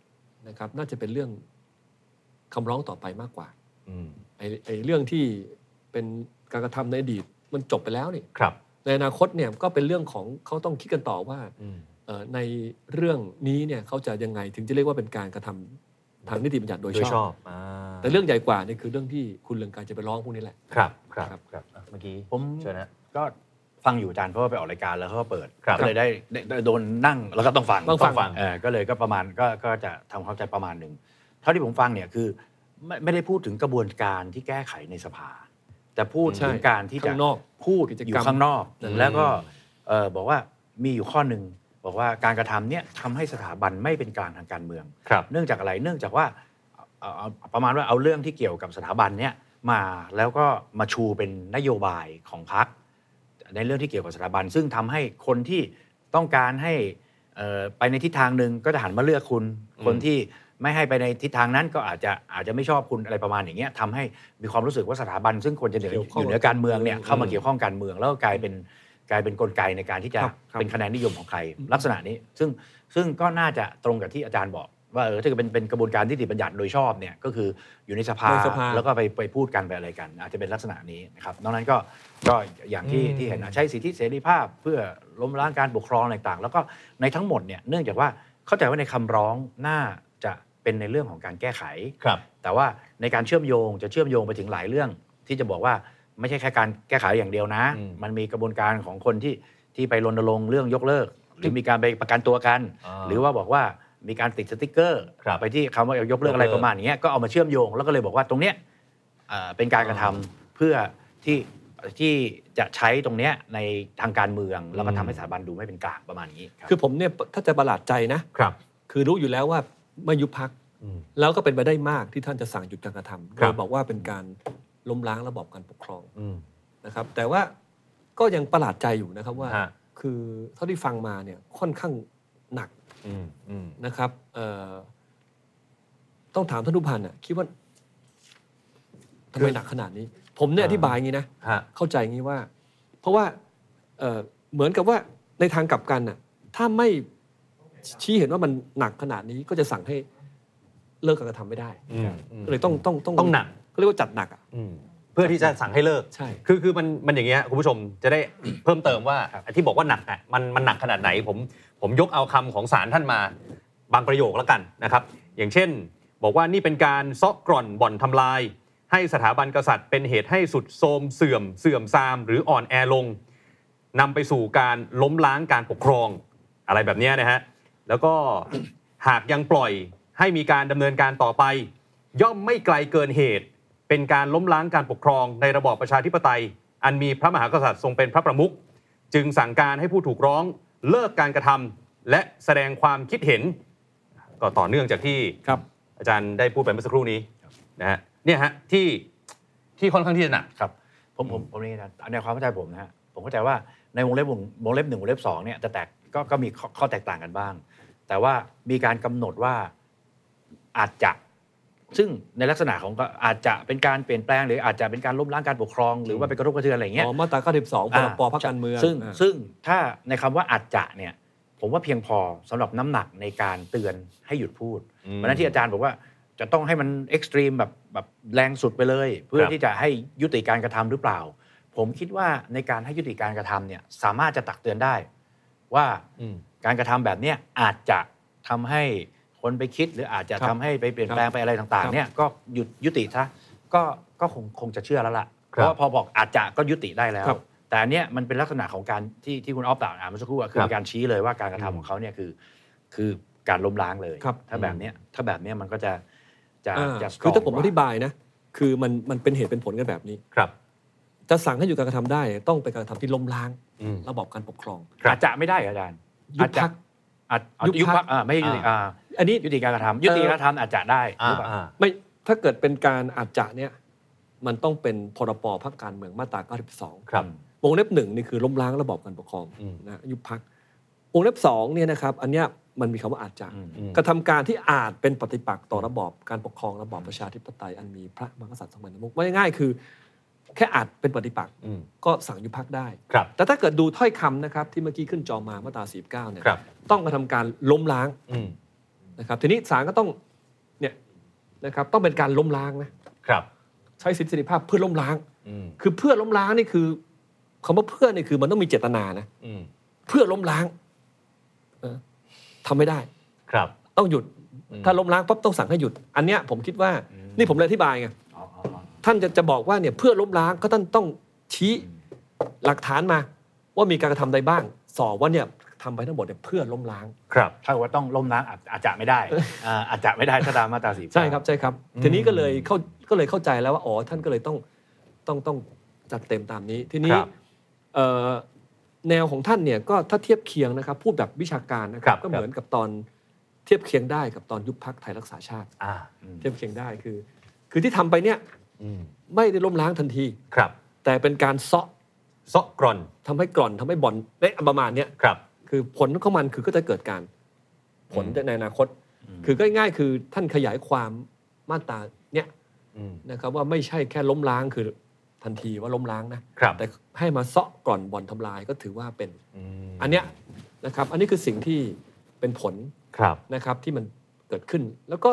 Speaker 7: นะครับ น่าจะเป็นเรื่องคำร้องต่อไปมากกว่า
Speaker 2: อืม
Speaker 7: ไอ้ไอ้เรื่องที่เป็นการกระทำในอดีตมันจบไปแล้วนี่
Speaker 2: ครับ
Speaker 7: ในอนาคตเนี่ยก็เป็นเรื่องของเขาต้องคิดกันต่อว่า
Speaker 2: อืม
Speaker 7: เอ่อในเรื่องนี้เนี่ยเขาจะยังไงถึงจะเรียกว่าเป็นการกระทำทางนิติบัญญัติโดย
Speaker 2: โดย
Speaker 7: ช
Speaker 2: ช
Speaker 7: อ
Speaker 2: อ
Speaker 7: บบ
Speaker 2: อ่า
Speaker 7: แต่เรื่องใหญ่กว่าเนี่ยคือเรื่องที่คุณเรืองการจะไปร้องพวกนี้แหละ
Speaker 2: ครับ ครับ
Speaker 7: ครับ
Speaker 2: ครับอ่ะเมื่อกี้
Speaker 6: ผม
Speaker 2: เชิญนะ
Speaker 6: ก็ ฟังอยู่อาจารย์เพราะว่าไปออกรายการแล้วเขาก็เปิด
Speaker 2: ครับ
Speaker 6: ก็เลยได้ได้ได้โดนนั่งแล้วก็ต้องฟัง
Speaker 7: ต้องฟัง
Speaker 6: เออก็เลยก็ประมาณก็ก็จะทำความเข้าใจประมาณหนึ่งเท่าที่ผมฟังเนี่ยคือไม่ไม่ได้พูดถึงกระบวนการที่แก้ไขในสภา แต่พูด
Speaker 7: ใช่
Speaker 6: ถึงการที่จะ
Speaker 7: ข้างนอก
Speaker 6: พูด
Speaker 7: กิจกรรม
Speaker 6: อยู่ข้างนอก
Speaker 2: อืม
Speaker 6: แล้วก็เอ่อบอกว่ามีอยู่ข้อหนึ่งบอกว่าการกระทำเนี่ยทำให้สถาบันไม่เป็นกลางทางการเมือง
Speaker 2: ครับ
Speaker 6: เนื่องจากอะไร เนื่องจากว่าเอาเอาเอาประมาณว่าเอาเรื่องที่เกี่ยวกับสถาบันเนี่ยมาแล้วก็มาชูเป็นนโยบายของพรรคในเรื่องที่เกี่ยวกับสถาบัน ซึ่งทำให้คนที่ต้องการให้เอ่อไปในทิศทางหนึ่งก็จะหันมาเลือกคุณ
Speaker 2: อืม
Speaker 6: คนที่ไม่ให้ไปในทิศทางนั้นก็อาจจะอาจจะไม่ชอบคุณอะไรประมาณอย่างเงี้ยทำให้มีความรู้สึกว่าสถาบัน ซึ่งควรจะเหนือ
Speaker 7: เกี่ยวข้อง
Speaker 6: อยู่เหนือการเมืองเนี่ยเข้ามาเกี่ยวข้องการเมือง แล้วก็กลายเป็นกลายเป็นกลไกในการที่จะ
Speaker 7: ครับครับ
Speaker 6: เป็นคะแนนนิยมของใครลักษณะนี้ ซึ่ง ซึ่งก็น่าจะตรงกับที่อาจารย์บอก ว่าเออถ้าเกิดเป็นเป็นกระบวนการนิติบัญญัติโดยชอบเนี่ยก็คืออยู่ในสภา
Speaker 7: ในสภา
Speaker 6: แล้วก็ไปไปพูดกันไปอะไรกัน อาจจะเป็นลักษณะนี้นะครับนอกนั้นก็ก็อย่างที่
Speaker 7: อืม
Speaker 6: ที่เห็นนะใช้สิทธิเสรีภาพเพื่อล้มล้างการปกครองอะไรต่าง แล้วก็ในทั้งหมดเนี่ยเนื่องจากว่าเข้าใจว่าในคำร้องน่าจะเป็นในเรื่องของการแก้ไข
Speaker 2: ครับ
Speaker 6: แต่ว่าในการเชื่อมโยงจะเชื่อมโยงไปถึงหลายเรื่อง ที่จะบอกว่าไม่ใช่แค่การแก้ไขอย่างเดียวนะ
Speaker 2: อืม
Speaker 6: มันมีกระบวนการของคนที่ที่ไปรณรงค์เรื่องยกเลิก หรือมีการไปประกันตัวกัน
Speaker 2: อ่า
Speaker 6: หรือว่าบอกว่ามีการติดสติกเกอร์
Speaker 2: ครับ
Speaker 6: ไปที่คำว่ายกเลิกอะไรประมาณอย่างเงี้ยก็เอามาเชื่อมโยงแล้วก็เลยบอกว่าตรงเนี้ยเอ่อเป็นการกระทำ
Speaker 2: อ่า
Speaker 6: เพื่อที่ที่จะใช้ตรงเนี้ยในทางการเมืองแล้วก็ทำให้
Speaker 2: อืม
Speaker 6: สถาบันดูไม่เป็นกลางประมาณนี้รับ
Speaker 7: คือผมเนี่ยถ้าจะประหลาดใจนะ
Speaker 2: ครับ
Speaker 7: คือรู้อยู่แล้วว่าไม่ยุบพัก
Speaker 2: อืม
Speaker 7: แล้วก็เป็นไปได้มากที่ท่านจะสั่งหยุดการกระทำ
Speaker 2: ครั
Speaker 7: โด
Speaker 2: บ
Speaker 7: ยบอกว่าเป็นการล้มล้างระบอบการปกครอง
Speaker 2: อืม
Speaker 7: นะครับ แต่ว่าก็ยังประหลาดใจอยู่นะครับว่า
Speaker 2: ฮะ
Speaker 7: คือเท่าที่ฟังมาเนี่ยค่อนข้างหนัก
Speaker 2: อืมอืม
Speaker 7: นะครับเอ่อต้องถามท่านทุพันธ์น่ะคิดว่าทำไมหนักขนาดนี้ ผมเนี่ย
Speaker 2: อ่า
Speaker 7: อธิบายอย่างนี้นะ
Speaker 2: ฮะ
Speaker 7: เข้าใจอย่างนี้ว่า เพราะว่าเอ่อเหมือนกับว่าในทางกลับกันน่ะถ้าไม่ชี้เห็นว่ามันหนักขนาดนี้ก็จะสั่งให้เลิกการกระทำไม่ได้
Speaker 2: อืมอืม
Speaker 7: ก็เลยต้องต้องต้อง
Speaker 2: ต้องหนัก
Speaker 7: ก็เรียกว่าจัดหนักอ่ะ
Speaker 2: อืมเพื่อที่จะสั่งให้เลิก
Speaker 7: ใช่
Speaker 2: คือคือมันมันอย่างเงี้ยคุณผู้ชมจะได้ เพิ่มเติมว่าที่บอกว่าหนักอ่ะมันมันหนักขนาดไหนผมผมยกเอาคำของศาลท่านมา บางประโยคแล้วกันนะครับ อย่างเช่น บอกว่านี่เป็นการซอกกร่อนบ่อนทำลาย ให้สถาบันกษัตริย์ เป็นเหตุให้สุดโทรมเสื่อมเสื่อมซาม หรืออ่อนแอลงนำไปสู่การล้มล้างการปกครองอะไรแบบเนี้ยนะฮะแล้วก็ หากยังปล่อยให้มีการดำเนินการต่อไป ย่อมไม่ไกลเกินเหตุ เป็นการล้มล้างการปกครองในระบอบประชาธิปไตย อันมีพระมหากษัตริย์ทรงเป็นพระประมุขจึงสั่งการให้ผู้ถูกร้องเลิกการกระทำและแสดงความคิดเห็น ก็ต่อเนื่องจากที่
Speaker 7: ครับ
Speaker 2: อาจารย์ได้พูดไปเมื่อสักครู่นี้นะฮะเนี่ยฮะที่ที่ค่อนข้างที่จะหนัก
Speaker 6: ครับผมผมผมนี่นะในความเข้าใจผมนะฮะผมเข้าใจว่าในวงเล็บวงวงเล็บหนึ่งวงเล็บสองเนี่ยจะแตกก็ก็มีข้อข้อแตกต่างกันบ้าง แต่ว่ามีการกำหนดว่าอาจจะ ซึ่งในลักษณะของก็อาจจะเป็นการเปลี่ยนแปลง หรืออาจจะเป็นการล้มล้างการปกครอง หรือว่าไปกระทบกระเทือนอะไรอย่างเงี้ย
Speaker 7: อ๋อมาตรา 92พรบพรรคการเมือง
Speaker 6: ซึ่ง
Speaker 7: อ่า
Speaker 6: ซึ่งถ้าในคำว่าอาจจะเนี่ยผมว่าเพียงพอสำหรับน้ำหนักในการเตือนให้หยุดพูด
Speaker 2: อืม
Speaker 6: เพราะฉะนั้นที่อาจารย์บอกว่าจะต้องให้มันเอ็กซ์ตรีมแบบแบบแรงสุดไปเลย เพื่อ
Speaker 2: ครับ
Speaker 6: ที่จะให้ยุติการกระทำหรือเปล่า ผมคิดว่าในการให้ยุติการกระทำเนี่ยสามารถจะตักเตือนได้ ว่า
Speaker 2: อืม
Speaker 6: การกระทำแบบเนี้ยอาจจะทำให้คนไปคิด หรืออาจจะ
Speaker 7: ครับ
Speaker 6: ทำให้ไปเปลี่ยนแปลง
Speaker 7: ครับ
Speaker 6: ไปอะไรต่าง
Speaker 7: ครับ
Speaker 6: ๆเนี่ยก็หยุดยุติซะก็ก็คงคงจะเชื่อแล้วล่ะ เพ
Speaker 2: ครับ
Speaker 6: ราะว่าพอบอกอาจจะก็ยุติได้แล้ว
Speaker 7: ครับ
Speaker 6: แต่อันเนี้ยมันเป็นลักษณะของการที่ที่คุณออฟกล่าวอ่านเมื่อสักครู่อะคือ
Speaker 2: ครับ
Speaker 6: การชี้เลยว่าการกระทำ
Speaker 2: อืม
Speaker 6: ของเขาเนี่ยคือ คือการล้มล้างเลย
Speaker 7: ครับ
Speaker 6: ถ้าแบบเนี้ยถ้าแบบเนี้ยมันก็จะจะ
Speaker 7: อ่า
Speaker 6: จะ
Speaker 7: คือ
Speaker 6: strong
Speaker 7: ถ้าผม
Speaker 6: กว่
Speaker 7: อธิบายนะ คือมันมันเป็นเหตุเป็นผลกันแบบนี้
Speaker 2: ครับ
Speaker 7: จะสั่งให้หยุดการกระทำได้ต้องเป็นการกระทำที่ล้มล้าง
Speaker 2: อืม
Speaker 7: ระบอบการปกครอง
Speaker 2: ครับ
Speaker 6: อาจจะไม่ได้เหรออาจารย์
Speaker 7: ยุบพรรค
Speaker 6: อาจจะอาจ
Speaker 7: ยุ
Speaker 6: ยุ
Speaker 7: บบ พรรค
Speaker 6: พักไม่ใช่ยุติอ่า
Speaker 7: อันนี้
Speaker 6: ยุติการกระทำยุติการกระทำอาจจะได้
Speaker 2: อ่า
Speaker 6: หรือเปล่า
Speaker 2: อ่า
Speaker 7: ไม่ถ้าเกิดเป็นการอาจจะเนี่ยมันต้องเป็นพรปพักการเมืองมาตรา92
Speaker 2: ครับ
Speaker 7: วงเล็บหนึ่งนี่คือล้มล้างระบอบการปกครอง
Speaker 2: อืม
Speaker 7: นะยุบพักวงเล็บสองเนี่ยนะครับอันเนี้ยมันมีคำว่าอาจจะ
Speaker 6: อืม
Speaker 2: อืม
Speaker 7: กระทำการที่อาจเป็นปฏิปักษ์ต่อระบอบการปกครองระบอบประชาธิปไตยอันมีพระมหากษัตริย์ทรงเป็นประมุขว่าง่ายๆคือ แค่อาจเป็นปฏิปักษ์
Speaker 2: อืม
Speaker 7: ก็สั่งยุบพักได้
Speaker 2: ครับ
Speaker 7: แต่ถ้าเกิดดูถ้อยคำนะครับที่เมื่อกี้ขึ้นจอมามาตรา49เนี่ย
Speaker 2: ครับ
Speaker 7: ต้องกระทำการล้มล้าง
Speaker 2: อืม
Speaker 7: นะครับทีนี้ศาลก็ต้องเนี่ยนะครับต้องเป็นการล้มล้างนะครับ ใช้สิทธิเสรีภาพเพื่อล้มล้าง
Speaker 2: อืม
Speaker 7: คือเพื่อล้มล้างนี่คือคำว่าเพื่อนี่คือมันต้องมีเจตนานะ
Speaker 2: อืม
Speaker 7: เพื่อล้มล้างเออทำไม่ได้
Speaker 2: ครับ
Speaker 7: ต้องหยุด
Speaker 2: อืม
Speaker 7: ถ้าล้มล้างปั๊บต้องสั่งให้หยุด อันเนี้ยผมคิดว่านี่ผมเลยอธิบายไง
Speaker 6: อ๋ออ๋ออ๋อ
Speaker 7: ท่านจะจะบอกว่าเนี่ยเพื่อล้มล้างก็ท่านต้องชี้หลักฐานมา ว่ามีการกระทำใดบ้าง สอบว่าเนี่ยทำไปทั้งหมดเนี่ยเพื่อล้มล้าง
Speaker 2: ครับ
Speaker 6: ถ้าเกิดว่าต้องล้มล้างอาจอาจจะไม่ได้อ่าอาจจะไม่ได้ ถ้าตามมาตราสี
Speaker 7: ใช่ครับใช่ครับ
Speaker 2: อืม
Speaker 7: ทีนี้ก็เลยเข้าก็เลยเข้าใจแล้วว่าอ๋อท่านก็เลยต้องต้องต้องจัดเต็มตามนี้ ทีนี้
Speaker 2: ครับ
Speaker 7: เอ่อแนวของท่านเนี่ยก็ถ้าเทียบเคียงนะครับ พูดแบบวิชาการนะค
Speaker 2: ครั
Speaker 7: รับบ ก็เหมือนกับตอนเทียบเคียงได้กับตอนยุบพักไทยรักษาชาติ
Speaker 2: อ่า
Speaker 7: เทียบเคียงได้คือ คือที่ทำไปเนี่ย
Speaker 2: อืม
Speaker 7: ไม่ได้ล้มล้างทันที
Speaker 2: ครับ
Speaker 7: แต่เป็นการเซาะ
Speaker 2: ซอกกรอน
Speaker 7: ทำให้กร่อนทำให้บ่อนเละประมาณเนี้ย
Speaker 2: ครับ
Speaker 7: คือผลของมันคือก็จะเกิดการผล
Speaker 2: อืม
Speaker 7: ในอนาคต คือก็ง่ายๆคือท่านขยายความมาตราเนี่ย
Speaker 2: อืม
Speaker 7: นะครับว่าไม่ใช่แค่ล้มล้างคือทันทีว่าล้มล้างนะครับแต่ให้มาเซาะก่อนบ่อนทำลายก็ถือว่าเป็น
Speaker 2: ม
Speaker 7: อันเนี้ยนะครับอันนี้คือสิ่งที่เป็นผล
Speaker 2: ครับ
Speaker 7: นะครับที่มันเกิดขึ้น แล้วก็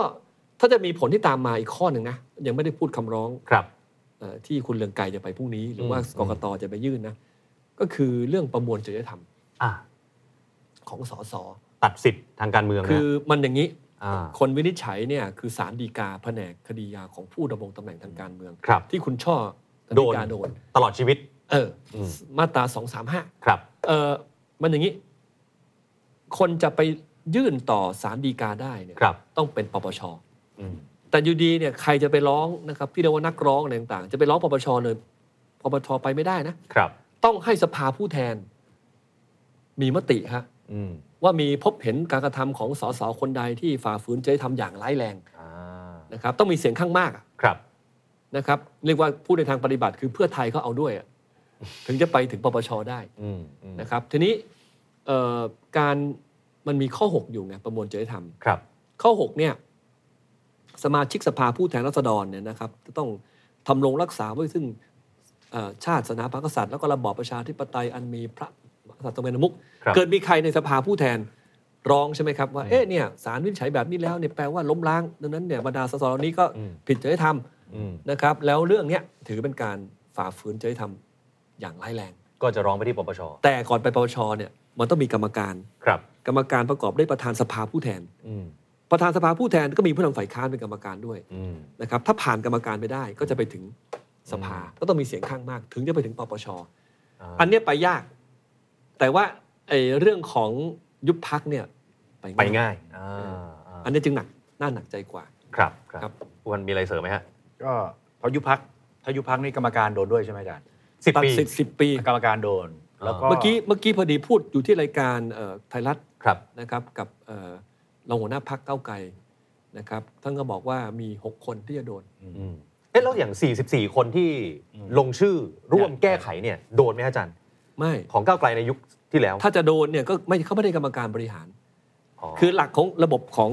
Speaker 7: ถ้าจะมีผลที่ตามมาอีกข้อหนึ่งนะยังไม่ได้พูดคำร้อง
Speaker 2: ครับ
Speaker 7: เอ่อที่คุณเลืองไกรจะไปพรุ่งนี้ หรือ
Speaker 2: ม
Speaker 7: ว่ากกตจะไปยื่นนะ ก็คือเรื่องประมวลจริยธรรม
Speaker 2: อ่า
Speaker 7: ของสส
Speaker 2: ตัดสิทธิ์ทางการเมืองนะ
Speaker 7: คือมันอย่างนี้
Speaker 2: อ่า
Speaker 7: คนวินิจฉัยเนี่ยคือสารดีกาแผนกคดียาของผู้ดำรงตำแหน่งทางการเมือง
Speaker 2: ครับ
Speaker 7: ที่คุณช่อธนิกา
Speaker 2: โดน
Speaker 7: โดน
Speaker 2: ตลอดชีวิต
Speaker 7: เอออ
Speaker 2: ม
Speaker 7: มาตราสองสามห้า
Speaker 2: ครับ
Speaker 7: เออมันอย่างนี้ คนจะไปยื่นต่อสารดีกาได้เนี่ย
Speaker 2: ครับ
Speaker 7: ต้องเป็นปปช
Speaker 2: อืม
Speaker 7: แต่อยู่ดีเนี่ยใครจะไปร้องนะครับที่เรียกว่านักร้องอะไรต่างๆ จะไปร้องปปชเลยปปชไปไม่ได้นะ
Speaker 2: ครับ
Speaker 7: ต้องให้สภาผู้แทน มีมติฮะ
Speaker 2: อืม
Speaker 7: ว่ามีพบเห็นการกระทำของสสคนใดที่ฝ่าฝืนจริยธรรมอย่างร้ายแรง
Speaker 2: อ่า
Speaker 7: นะครับ ต้องมีเสียงข้างมากอะ
Speaker 2: ครับ
Speaker 7: นะครับเรียกว่าพูดในทางปฏิบัติคือเพื่อไทยเขาเอาด้วยอะถึงจะไปถึงปปชได้
Speaker 2: อืมอืม
Speaker 7: นะครับ ทีนี้เอ่อการมันมีข้อ 6 อยู่ไงประมวลจริยธรรม
Speaker 2: ครับ
Speaker 7: ข้อ 6 เนี่ย สมาชิกสภาผู้แทนราษฎรเนี่ยนะครับ จะต้องทำรงรักษาไว้ซึ่งเอ่อชาติศาสนาพระมหากษัตริย์แล้วก็ระบอบประชาธิปไตยอันมีพระมหากษัตริย์ทรงเป็นประมุข
Speaker 2: ครับ
Speaker 7: เกิดมีใครในสภาผู้แทนร้องใช่ไหมครับว่าเอ๊ะเนี่ยสารวินิจฉัยแบบนี้แล้วเนี่ยแปลว่าล้มล้างดังนั้นเนี่ยบรรดาสสเหล่านี้ก็
Speaker 2: อืม
Speaker 7: ผิดจริยธรรม
Speaker 2: อืม
Speaker 7: นะครับ แล้วเรื่องเนี้ยถือเป็นการฝ่าฝืนจริยธรรมอย่างร้ายแรง
Speaker 2: ก็จะร้องไปที่ปปช
Speaker 7: แต่ก่อนไปปปชเนี่ยมันต้องมีกรรมการ
Speaker 2: ครับ
Speaker 7: กรรมการประกอบด้วยประธานสภาผู้แทน
Speaker 2: อืม
Speaker 7: ประธานสภาผู้แทนก็มีผู้นำฝ่ายค้านเป็นกรรมการด้วย
Speaker 2: อืม
Speaker 7: นะครับ ถ้าผ่านกรรมการไปได้ก็จะไปถึงสภา ก็ต้องมีเสียงข้างมาก ถึงจะไปถึงปปช
Speaker 2: อ่า
Speaker 7: อันเนี้ยไปยาก แต่ว่าไอ้เรื่องของยุบพักเนี่ย
Speaker 2: ไปง่ายอ่าา
Speaker 7: อันเนี้ยจึงหนักน่าหนักใจกว่า
Speaker 2: ครับครับ
Speaker 7: ครับ
Speaker 2: อ้วนมีอะไรเสริมไหมฮะ
Speaker 6: ก็พอยุบพักถ้ายุบพักนี่กรรมการโดนด้วยใช่ไหมอาจารย์
Speaker 2: สิบ
Speaker 7: ตัด
Speaker 2: ปี
Speaker 7: สิทธิ์สิบปี
Speaker 6: กรรมการโดน
Speaker 2: อ่า
Speaker 6: แล้วก็
Speaker 7: เมื่อกี้เมื่อกี้พอดีพูดอยู่ที่รายการเอ่อไทยรัฐ
Speaker 2: ครับ
Speaker 7: นะครับกับเอ่อรองหัวหน้าพักเก้าวไกลนะครับท่านก็บอกว่ามี 6 คนที่จะโดน
Speaker 2: อืมเอ๊ะแล้วอย่าง 44 คนที่
Speaker 6: อืม
Speaker 2: ลงชื่อร่วมแก้ไขเนี่ย โดนไหมฮะอาจารย์
Speaker 7: ไม่
Speaker 2: ของก้าวไกลในยุคที่แล้ว
Speaker 7: ถ้าจะโดนเนี่ยก็ไม่เขาไม่ได้กรรมการบริหาร
Speaker 2: อ๋อ
Speaker 7: คือหลักของระบบของ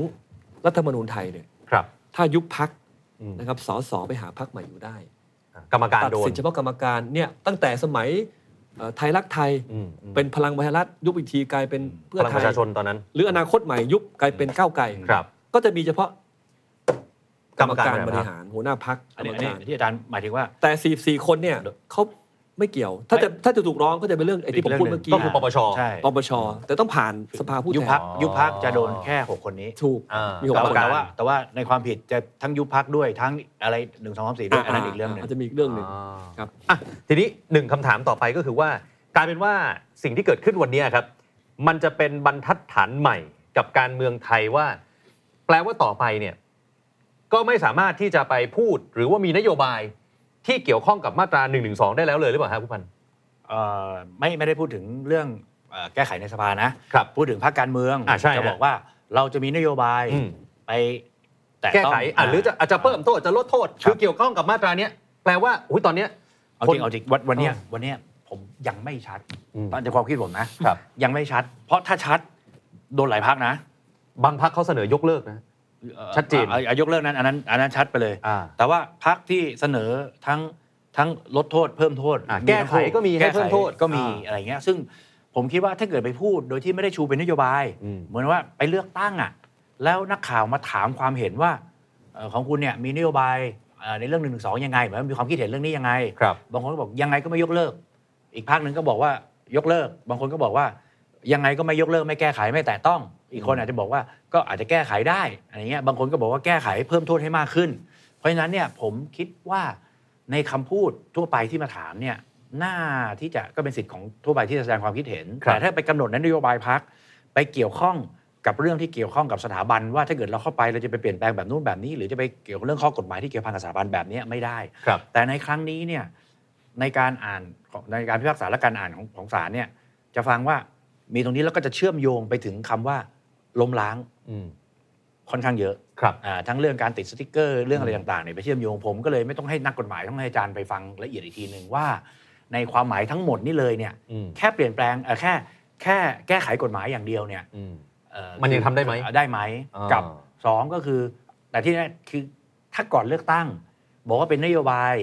Speaker 7: รัฐธรรมนูญไทยเนี่ย
Speaker 2: ครับ
Speaker 7: ถ้ายุบพัก
Speaker 2: อืม
Speaker 7: นะครับสสไปหาพักใหม่อยู่ได้
Speaker 2: กรรมการ
Speaker 7: ตัด
Speaker 2: โดน
Speaker 7: สินเฉพาะกรรมการเนี่ยตั้งแต่สมัยเอ่อไทยรักไทย
Speaker 2: อืมอืม
Speaker 7: เป็นพลังประชารัฐยุบอีกทีกลายเป็นเพื่
Speaker 2: พ
Speaker 7: อ
Speaker 2: ลัง
Speaker 7: ไท
Speaker 2: ป
Speaker 7: ย
Speaker 2: ระชาชนตอนนั้น
Speaker 7: หรืออนาคตใหม่ยุบกลายเป็นก้าวไกล
Speaker 2: ครับ
Speaker 7: ก็จะมีเฉพาะ
Speaker 2: กรรมการ
Speaker 7: บบ
Speaker 2: ริ
Speaker 7: ริ
Speaker 2: หา
Speaker 7: หาร รหัวหน้าพักก
Speaker 6: อัน
Speaker 7: รร
Speaker 6: นี้
Speaker 7: ม
Speaker 6: อันนี้
Speaker 7: การ
Speaker 6: ที่อาจารย์หมายถึงว่า
Speaker 7: แต่ 44 คนเนี่ยเขาไม่เกี่ยว ถ้าจะถ้าจะถูกร้องก็จะเป็นเรื่องไอ้ที่ผมพูดเมื่อกี้
Speaker 2: ก็คือปปช
Speaker 6: ใช่
Speaker 7: ปปชแต่ต้องผ่านสภาผู้
Speaker 6: ยุบ
Speaker 7: แท
Speaker 6: พั
Speaker 7: น
Speaker 6: ก
Speaker 2: อ๋อ
Speaker 6: ยุบพักจะโดนแค่ 6 คนนี้
Speaker 7: ถูก
Speaker 2: อ่า
Speaker 7: มีหก
Speaker 2: กร
Speaker 6: แต่
Speaker 2: รม
Speaker 6: ว่า
Speaker 2: การ
Speaker 6: แต่ว่าแต่ว่าในความผิดจะทั้งยุบพักด้วยทั้งอะไรหนึ่งสองสามสี่ด้วยอันนั้นอีกเรื่องหนึ่ง
Speaker 7: าาาจจะมีอีกเรื่องหนึ่ง ครับ
Speaker 2: อ่ะทีนี้หนึ่งคำถามต่อไปก็คือว่ากลายเป็นว่าสิ่งที่เกิดขึ้นวันนี้ครับ มันจะเป็นบรรทัดฐานใหม่กับการเมืองไทยว่า แปลว่าต่อไปเนี่ยก็ไม่สามารถที่จะไปพูดหรือว่ามีนโยบายที่เกี่ยวข้องกับมาตรา1นึได้แล้วเลยหรือเปล่าครับผู้พัน
Speaker 6: เอ่อไม่ไม่ได้พูดถึงเรื่องเอ่อแก้ไขในสภานะครับ พูดถึงภาคการเมือง
Speaker 2: อ่าใช่
Speaker 6: จะ
Speaker 2: ฮะ
Speaker 6: บอกว่าเราจะมีนโยบาย
Speaker 2: อืม
Speaker 6: ไปแตะ
Speaker 2: แก้
Speaker 6: ต้อง
Speaker 2: ไขอ่ะหรือจะอาจจะเพิ่ม
Speaker 6: เ
Speaker 2: โทษจะลดโทษคือเกี่ยวข้องกับมาตราเนี้ยแปลว่าอุ้ยตอนเนี้ย
Speaker 6: อาจริงเอาจริงวันวันเนี้ยวันเนี้ยผมยังไม่ชัด
Speaker 2: อืม
Speaker 6: ตอนในความคิดผมนะครับ ยังไม่ชัด เพราะถ้าชัดโดนหลายพักนะ
Speaker 2: บางพักเขาเสนอยกเลิกนะ
Speaker 6: อ่อ
Speaker 2: ชัดเจน
Speaker 6: อ่ะอ่ะยกเลิกนั้นอันนั้นอันนั้นชัดไปเลย
Speaker 2: อ่า
Speaker 6: แต่ว่าพักที่เสนอทั้งทั้งลดโทษเพิ่มโทษ
Speaker 2: อ่ะ
Speaker 6: มี
Speaker 2: แก้ไข
Speaker 6: ทั้งคู่
Speaker 2: ก็มีให้
Speaker 6: แก้ไข
Speaker 2: เพิ่มโทษ
Speaker 6: ก็มี
Speaker 2: อ่า
Speaker 6: อะไรเงี้ย ซึ่งผมคิดว่าถ้าเกิดไปพูดโดยที่ไม่ได้ชูเป็นนโยบาย
Speaker 2: อืม
Speaker 6: เหมือนว่าไปเลือกตั้งอ่ะ แล้วนักข่าวมาถามความเห็นว่าเอ่อของคุณเนี่ยมีนโยบายเอ่อในเรื่องหนึ่งสองยังไงเหมือนมีความคิดเห็นเรื่องนี้ยังไง
Speaker 2: ครับ
Speaker 6: บางคนก็บอกยังไงก็ไม่ยกเลิก อีกภาคหนึ่งก็บอกว่ายกเลิก บางคนก็บอกว่ายังไงก็ไม่ยกเลิกไม่แก้ไขไม่แตะต้อง อีกคนอาจจะบอกว่าก็อาจจะแก้ไขได้อะไรเงี้ย บางคนก็บอกว่าแก้ไขเพิ่มโทษให้มากขึ้น เพราะฉะนั้นเนี่ยผมคิดว่าในคำพูดทั่วไปที่มาถามเนี่ย หน้าที่จะก็เป็นสิทธิ์ของทั่วไปที่จะแสดงความคิดเห็น
Speaker 2: ครับ
Speaker 6: แต่ถ้าไปกำหนดนโยบายพักไปเกี่ยวข้องกับเรื่องที่เกี่ยวข้องกับสถาบัน ว่าถ้าเกิดเราเข้าไปเราจะไปเปลี่ยนแปลงแบบนู้นแบบนี้ หรือจะไปเกี่ยวกับเรื่องข้อกฎหมายที่เกี่ยวพันกับสถาบันแบบเนี้ยไม่ได้
Speaker 2: ครับ
Speaker 6: แต่ในครั้งนี้เนี่ยในการอ่านของในการพิพากษาและการอ่านของของศาลเนี่ยจะฟังว่ามีตรงนี้แล้วก็จะเชื่อมโยงไปถึงคำว่าล้มล้าง
Speaker 2: อืม
Speaker 6: ค่อนข้างเยอะ
Speaker 2: ครับ
Speaker 6: อ่าทั้งเรื่องการติดสติกเกอร์เรื่องอะไร
Speaker 2: อืม
Speaker 6: ต่างๆเนี่ยไปเชื่อมโยงผมก็เลยไม่ต้องให้นักกฎหมายต้องให้อาจารย์ไปฟังละเอียดอีกทีหนึ่งว่า ในความหมายทั้งหมดนี่เลยเนี่ย
Speaker 2: อืม
Speaker 6: แค่เปลี่ยนแปลงเอ่อแค่แค่แก้ไขกฎหมายอย่างเดียวเนี่ย
Speaker 2: อืม
Speaker 6: เอ่อ
Speaker 2: มันยังทำได้ไหม
Speaker 6: ได้ไหม
Speaker 2: อ่ากั
Speaker 6: กับสองก็คือ แต่ที่แน่คือถ้าก่อนเลือกตั้ง บอกว่าเป็นนโยบาย